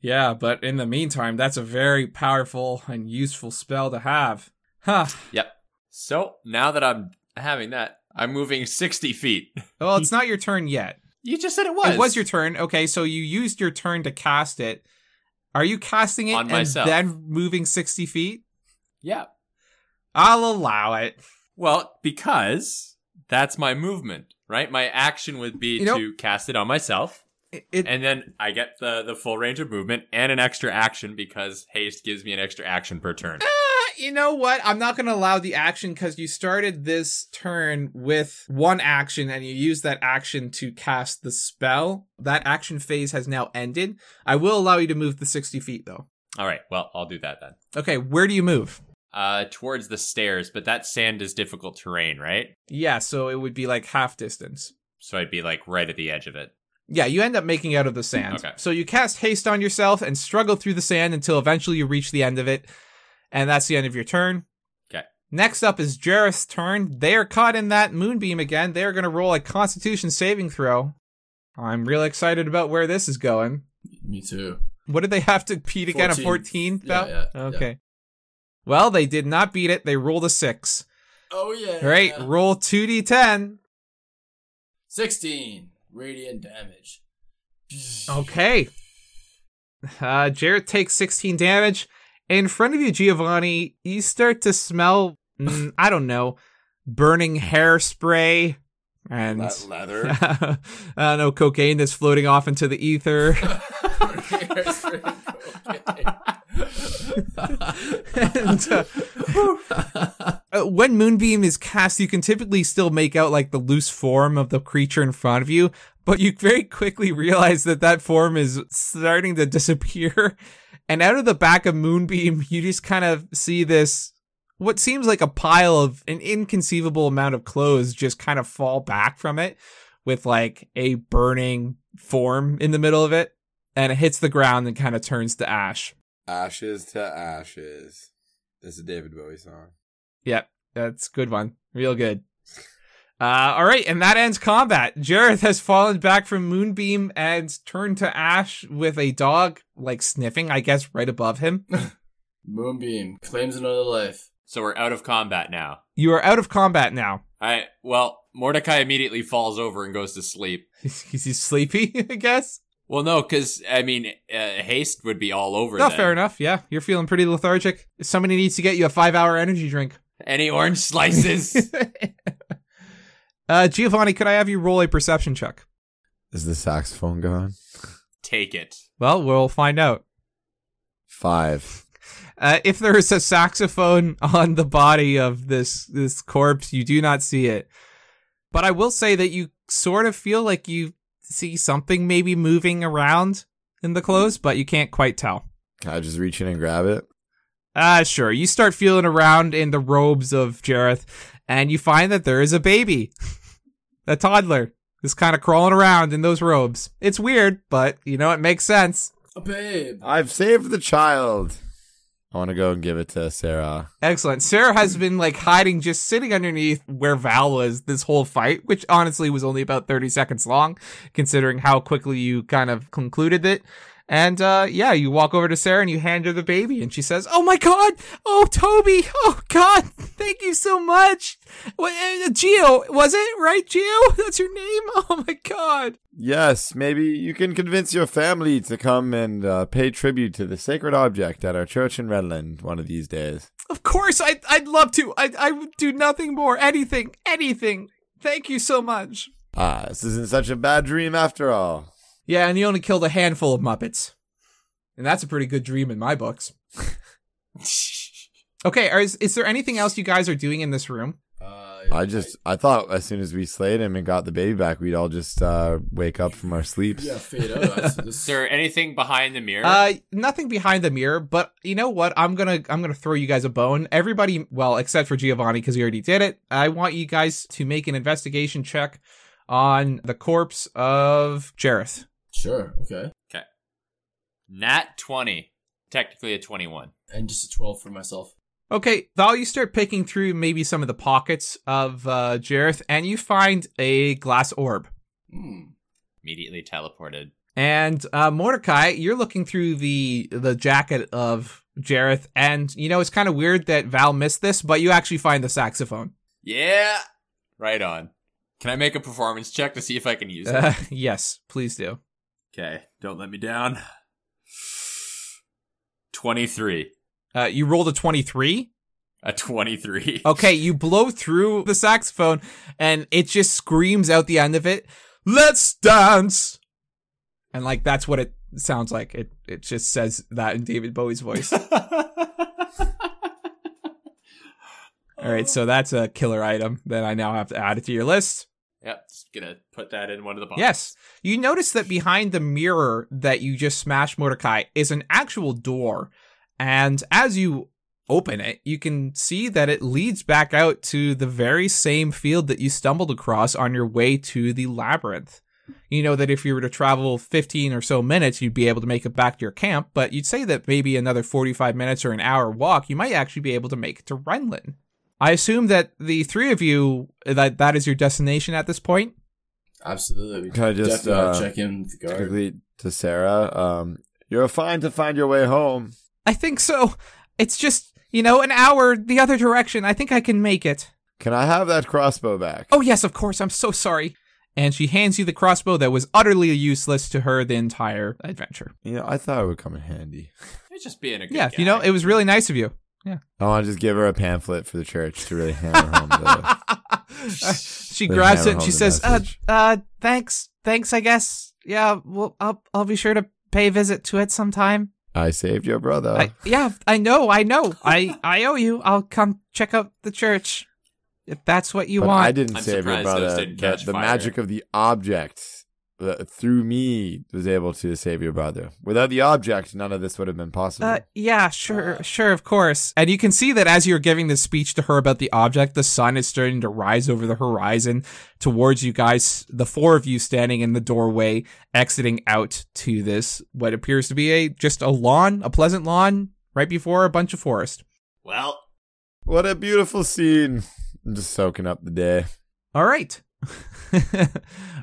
[SPEAKER 1] yeah, but in the meantime, that's a very powerful and useful spell to have. Huh.
[SPEAKER 3] So now that I'm having that, I'm moving 60 feet.
[SPEAKER 1] Well, it's not your turn yet.
[SPEAKER 3] You just said it was.
[SPEAKER 1] It was your turn. Okay, so you used your turn to cast it. Are you casting it
[SPEAKER 3] On
[SPEAKER 1] and
[SPEAKER 3] myself.
[SPEAKER 1] then moving 60 feet?
[SPEAKER 3] Yeah.
[SPEAKER 1] I'll allow it.
[SPEAKER 3] Well, because that's my movement, right? My action would be
[SPEAKER 1] You know-
[SPEAKER 3] to cast it on myself,
[SPEAKER 1] It, it-
[SPEAKER 3] and then I get the the full range of movement and an extra action because haste gives me an extra action per turn.
[SPEAKER 1] Ah, you know what? I'm not going to allow the action because you started this turn with one action and you used that action to cast the spell. That action phase has now ended. I will allow you to move the 60 feet though.
[SPEAKER 3] All right, well, I'll do that then.
[SPEAKER 1] Okay, where do you move?
[SPEAKER 3] Uh, towards the stairs, but that sand is difficult terrain, right?
[SPEAKER 1] Yeah, so it would be like half distance.
[SPEAKER 3] So I'd be like right at the edge of it.
[SPEAKER 1] Yeah, you end up making out of the sand.
[SPEAKER 3] Okay.
[SPEAKER 1] So you cast haste on yourself and struggle through the sand until eventually you reach the end of it. And that's the end of your turn.
[SPEAKER 3] Okay.
[SPEAKER 1] Next up is Jareth's turn. They are caught in that moonbeam again. They are going to roll a constitution saving throw. I'm really excited about where this is going.
[SPEAKER 4] Me too.
[SPEAKER 1] What did they have to beat again? A 14?
[SPEAKER 4] 14? Yeah, yeah,
[SPEAKER 1] okay. Well, they did not beat it. They rolled a six.
[SPEAKER 4] Oh yeah.
[SPEAKER 1] All right, roll 2d10.
[SPEAKER 4] Sixteen radiant damage.
[SPEAKER 1] Okay. Uh, Jared takes 16 damage. In front of you, Giovanni, you start to smell, mm, I don't know, burning hairspray and.
[SPEAKER 5] That leather.
[SPEAKER 1] I don't know, cocaine that's floating off into the ether. and, uh, uh, when Moonbeam is cast, you can typically still make out like the loose form of the creature in front of you, but you very quickly realize that that form is starting to disappear. And out of the back of Moonbeam, you just kind of see this what seems like a pile of an inconceivable amount of clothes just kind of fall back from it with like a burning form in the middle of it. And it hits the ground and kind of turns to ash.
[SPEAKER 5] ashes to ashes. It's a David Bowie song.
[SPEAKER 1] Yep, that's a good one. Real good. Uh, all right, and that ends combat. Jareth has fallen back from Moonbeam and turned to ash with a dog, like sniffing, I guess, right above him.
[SPEAKER 4] Moonbeam claims another life.
[SPEAKER 3] So we're out of combat now.
[SPEAKER 1] You are out of combat now.
[SPEAKER 3] I well, Mordecai immediately falls over and goes to sleep.
[SPEAKER 1] He's he's sleepy, I guess.
[SPEAKER 3] Well, no, because I mean, uh, haste would be all over.
[SPEAKER 1] No,
[SPEAKER 3] then.
[SPEAKER 1] fair enough. Yeah, you're feeling pretty lethargic. Somebody needs to get you a five hour energy drink.
[SPEAKER 3] Any orange slices?
[SPEAKER 1] uh, Giovanni, could I have you roll a perception check?
[SPEAKER 2] Is the saxophone gone?
[SPEAKER 3] Take it.
[SPEAKER 1] Well, we'll find out.
[SPEAKER 2] Five.
[SPEAKER 1] Uh, if there is a saxophone on the body of this this corpse, you do not see it. But I will say that you sort of feel like you see something maybe moving around in the clothes, but you can't quite tell.
[SPEAKER 2] Can I just reach in and grab it?
[SPEAKER 1] Uh sure. You start feeling around in the robes of Jareth, and you find that there is a baby. a toddler is kind of crawling around in those robes. It's weird, but you know it makes sense.
[SPEAKER 4] A babe.
[SPEAKER 2] I've saved the child. I want to go and give it to Sarah.
[SPEAKER 1] Excellent. Sarah has been like hiding, just sitting underneath where Val was this whole fight, which honestly was only about 30 seconds long, considering how quickly you kind of concluded it. And uh, yeah, you walk over to Sarah and you hand her the baby, and she says, "Oh my God! Oh Toby! Oh God! Thank you so much. What, uh, Geo was it right? Geo, that's your name. Oh my God!
[SPEAKER 2] Yes, maybe you can convince your family to come and uh, pay tribute to the sacred object at our church in Redland one of these days.
[SPEAKER 1] Of course, I I'd love to. I I would do nothing more. Anything, anything. Thank you so much."
[SPEAKER 2] Ah, this isn't such a bad dream after all.
[SPEAKER 1] Yeah, and you only killed a handful of Muppets. And that's a pretty good dream in my books. okay, are, is, is there anything else you guys are doing in this room?
[SPEAKER 4] Uh,
[SPEAKER 2] I just, I thought as soon as we slayed him and got the baby back, we'd all just uh, wake up from our sleeps.
[SPEAKER 4] yeah, fade out. after this.
[SPEAKER 3] Is there anything behind the mirror?
[SPEAKER 1] Uh, nothing behind the mirror, but you know what? I'm gonna I'm gonna throw you guys a bone. Everybody, well, except for Giovanni because he already did it. I want you guys to make an investigation check on the corpse of Jareth.
[SPEAKER 4] Sure. Okay.
[SPEAKER 3] Nat 20. Technically a 21.
[SPEAKER 4] And just a twelve for myself.
[SPEAKER 1] Okay, Thal, you start picking through maybe some of the pockets of uh, Jareth, and you find a glass orb.
[SPEAKER 4] Hmm.
[SPEAKER 3] Immediately teleported.
[SPEAKER 1] And uh, Mordecai, you're looking through the the jacket of Jareth, and you know it's kind of weird that Val missed this, but you actually find the saxophone.
[SPEAKER 3] Yeah. Right on. Can I make a performance check to see if I can use it?
[SPEAKER 1] Uh, yes, please do.
[SPEAKER 3] okay. Don't let me down. 23.
[SPEAKER 1] Uh, you rolled a 23.
[SPEAKER 3] A 23.
[SPEAKER 1] Okay, you blow through the saxophone and it just screams out the end of it, Let's dance! And like, that's what it sounds like. It, it just says that in David Bowie's voice. All right, so that's a killer item that I now have to add it to your list.
[SPEAKER 3] Yep. Just gonna put that in one of the boxes.
[SPEAKER 1] Yes. You notice that behind the mirror that you just smashed Mordecai is an actual door. And as you open it, you can see that it leads back out to the very same field that you stumbled across on your way to the labyrinth. You know that if you were to travel 15 or so minutes, you'd be able to make it back to your camp, but you'd say that maybe another 45 minutes or an hour walk, you might actually be able to make it to Renlin. I assume that the three of you, that that is your destination at this point?
[SPEAKER 4] Absolutely. We
[SPEAKER 2] Can I just,
[SPEAKER 4] definitely gotta
[SPEAKER 2] uh,
[SPEAKER 4] check in with the guard?
[SPEAKER 2] Particularly to Sarah, um, you're fine to find your way home.
[SPEAKER 1] I think so. It's just, you know, an hour the other direction. I think I can make it.
[SPEAKER 2] Can I have that crossbow back?
[SPEAKER 1] Oh, yes, of course. I'm so sorry. And she hands you the crossbow that was utterly useless to her the entire adventure.
[SPEAKER 2] You know, I thought it would come in handy.
[SPEAKER 3] It's just being a good
[SPEAKER 1] yeah,
[SPEAKER 3] guy.
[SPEAKER 1] you know, it was really nice of you.
[SPEAKER 2] I want to just give her a pamphlet for the church to really hammer home the.
[SPEAKER 1] she
[SPEAKER 2] They
[SPEAKER 1] grabs
[SPEAKER 2] hammer
[SPEAKER 1] it and Uh, she
[SPEAKER 2] home the
[SPEAKER 1] says, uh,
[SPEAKER 2] message.
[SPEAKER 1] uh, thanks. Thanks, I guess. Yeah, well, I'll, I'll be sure to pay a visit to it sometime.
[SPEAKER 2] I saved your brother.
[SPEAKER 1] I, yeah, I know, I know. I, I owe you. I'll come check out the church if that's what you
[SPEAKER 2] But
[SPEAKER 1] want.
[SPEAKER 2] I didn't
[SPEAKER 3] I'm
[SPEAKER 2] save your
[SPEAKER 3] surprised
[SPEAKER 2] brother.
[SPEAKER 3] those didn't
[SPEAKER 2] The-
[SPEAKER 3] catch
[SPEAKER 2] the
[SPEAKER 3] fire.
[SPEAKER 2] magic of the object uh, through me was able to save your brother. Without the object, none of this would have been possible.
[SPEAKER 1] Uh, yeah, sure, sure, of course. And you can see that as you're giving this speech to her about the object, the sun is starting to rise over the horizon towards you guys, the four of you standing in the doorway, exiting out to this, what appears to be a, just a lawn, a pleasant lawn, right before a bunch of forest.
[SPEAKER 3] Well,
[SPEAKER 2] what a beautiful scene! I'm just soaking up the day.
[SPEAKER 1] All right.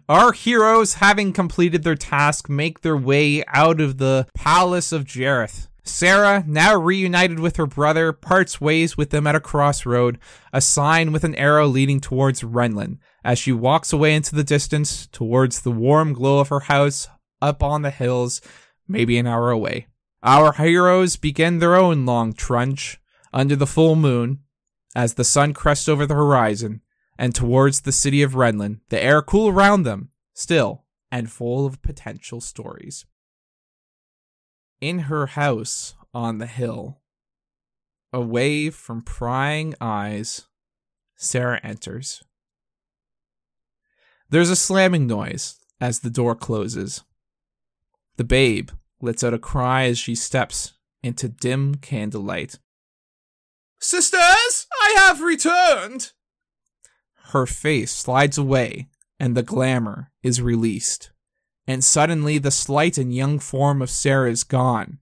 [SPEAKER 1] Our heroes, having completed their task, make their way out of the palace of Jareth. Sarah, now reunited with her brother, parts ways with them at a crossroad, a sign with an arrow leading towards Renlin, as she walks away into the distance towards the warm glow of her house up on the hills, maybe an hour away. Our heroes begin their own long trudge under the full moon as the sun crests over the horizon and towards the city of Renlin, the air cool around them, still and full of potential stories. In her house on the hill, away from prying eyes, Sarah enters. There's a slamming noise as the door closes. The babe lets out a cry as she steps into dim candlelight. Sisters, I have returned! her face slides away and the glamour is released. And suddenly the slight and young form of Sarah is gone,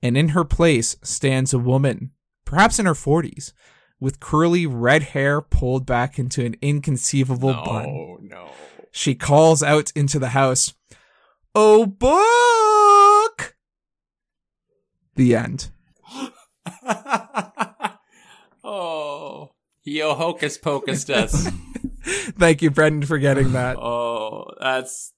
[SPEAKER 1] and in her place stands a woman, perhaps in her 40s, with curly red hair pulled back into an inconceivable bun.
[SPEAKER 3] no, no.
[SPEAKER 1] She calls out into the house, Oh, book! The end.
[SPEAKER 3] oh, he hocus pocused us.
[SPEAKER 1] Thank you, Brendan, for getting that.
[SPEAKER 3] oh, that's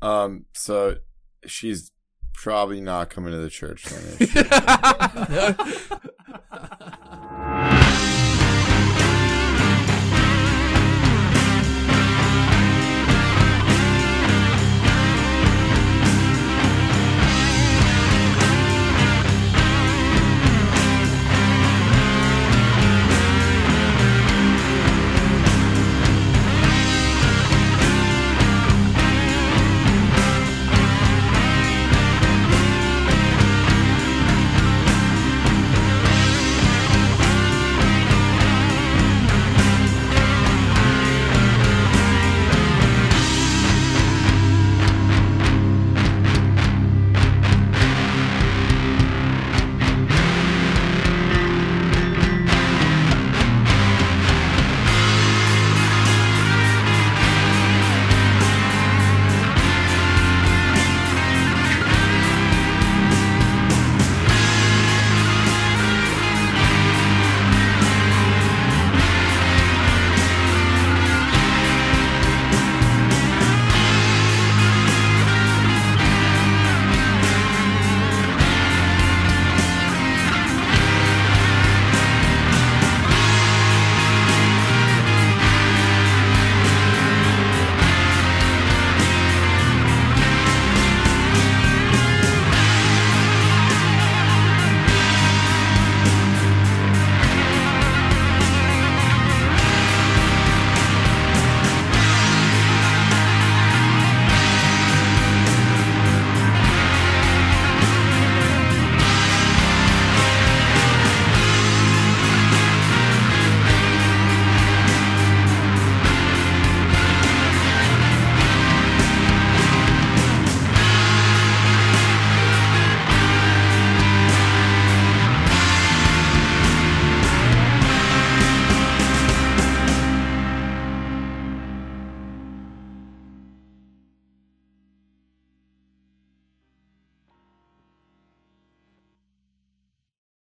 [SPEAKER 5] Um, so she's probably not coming to the church. Then, is she?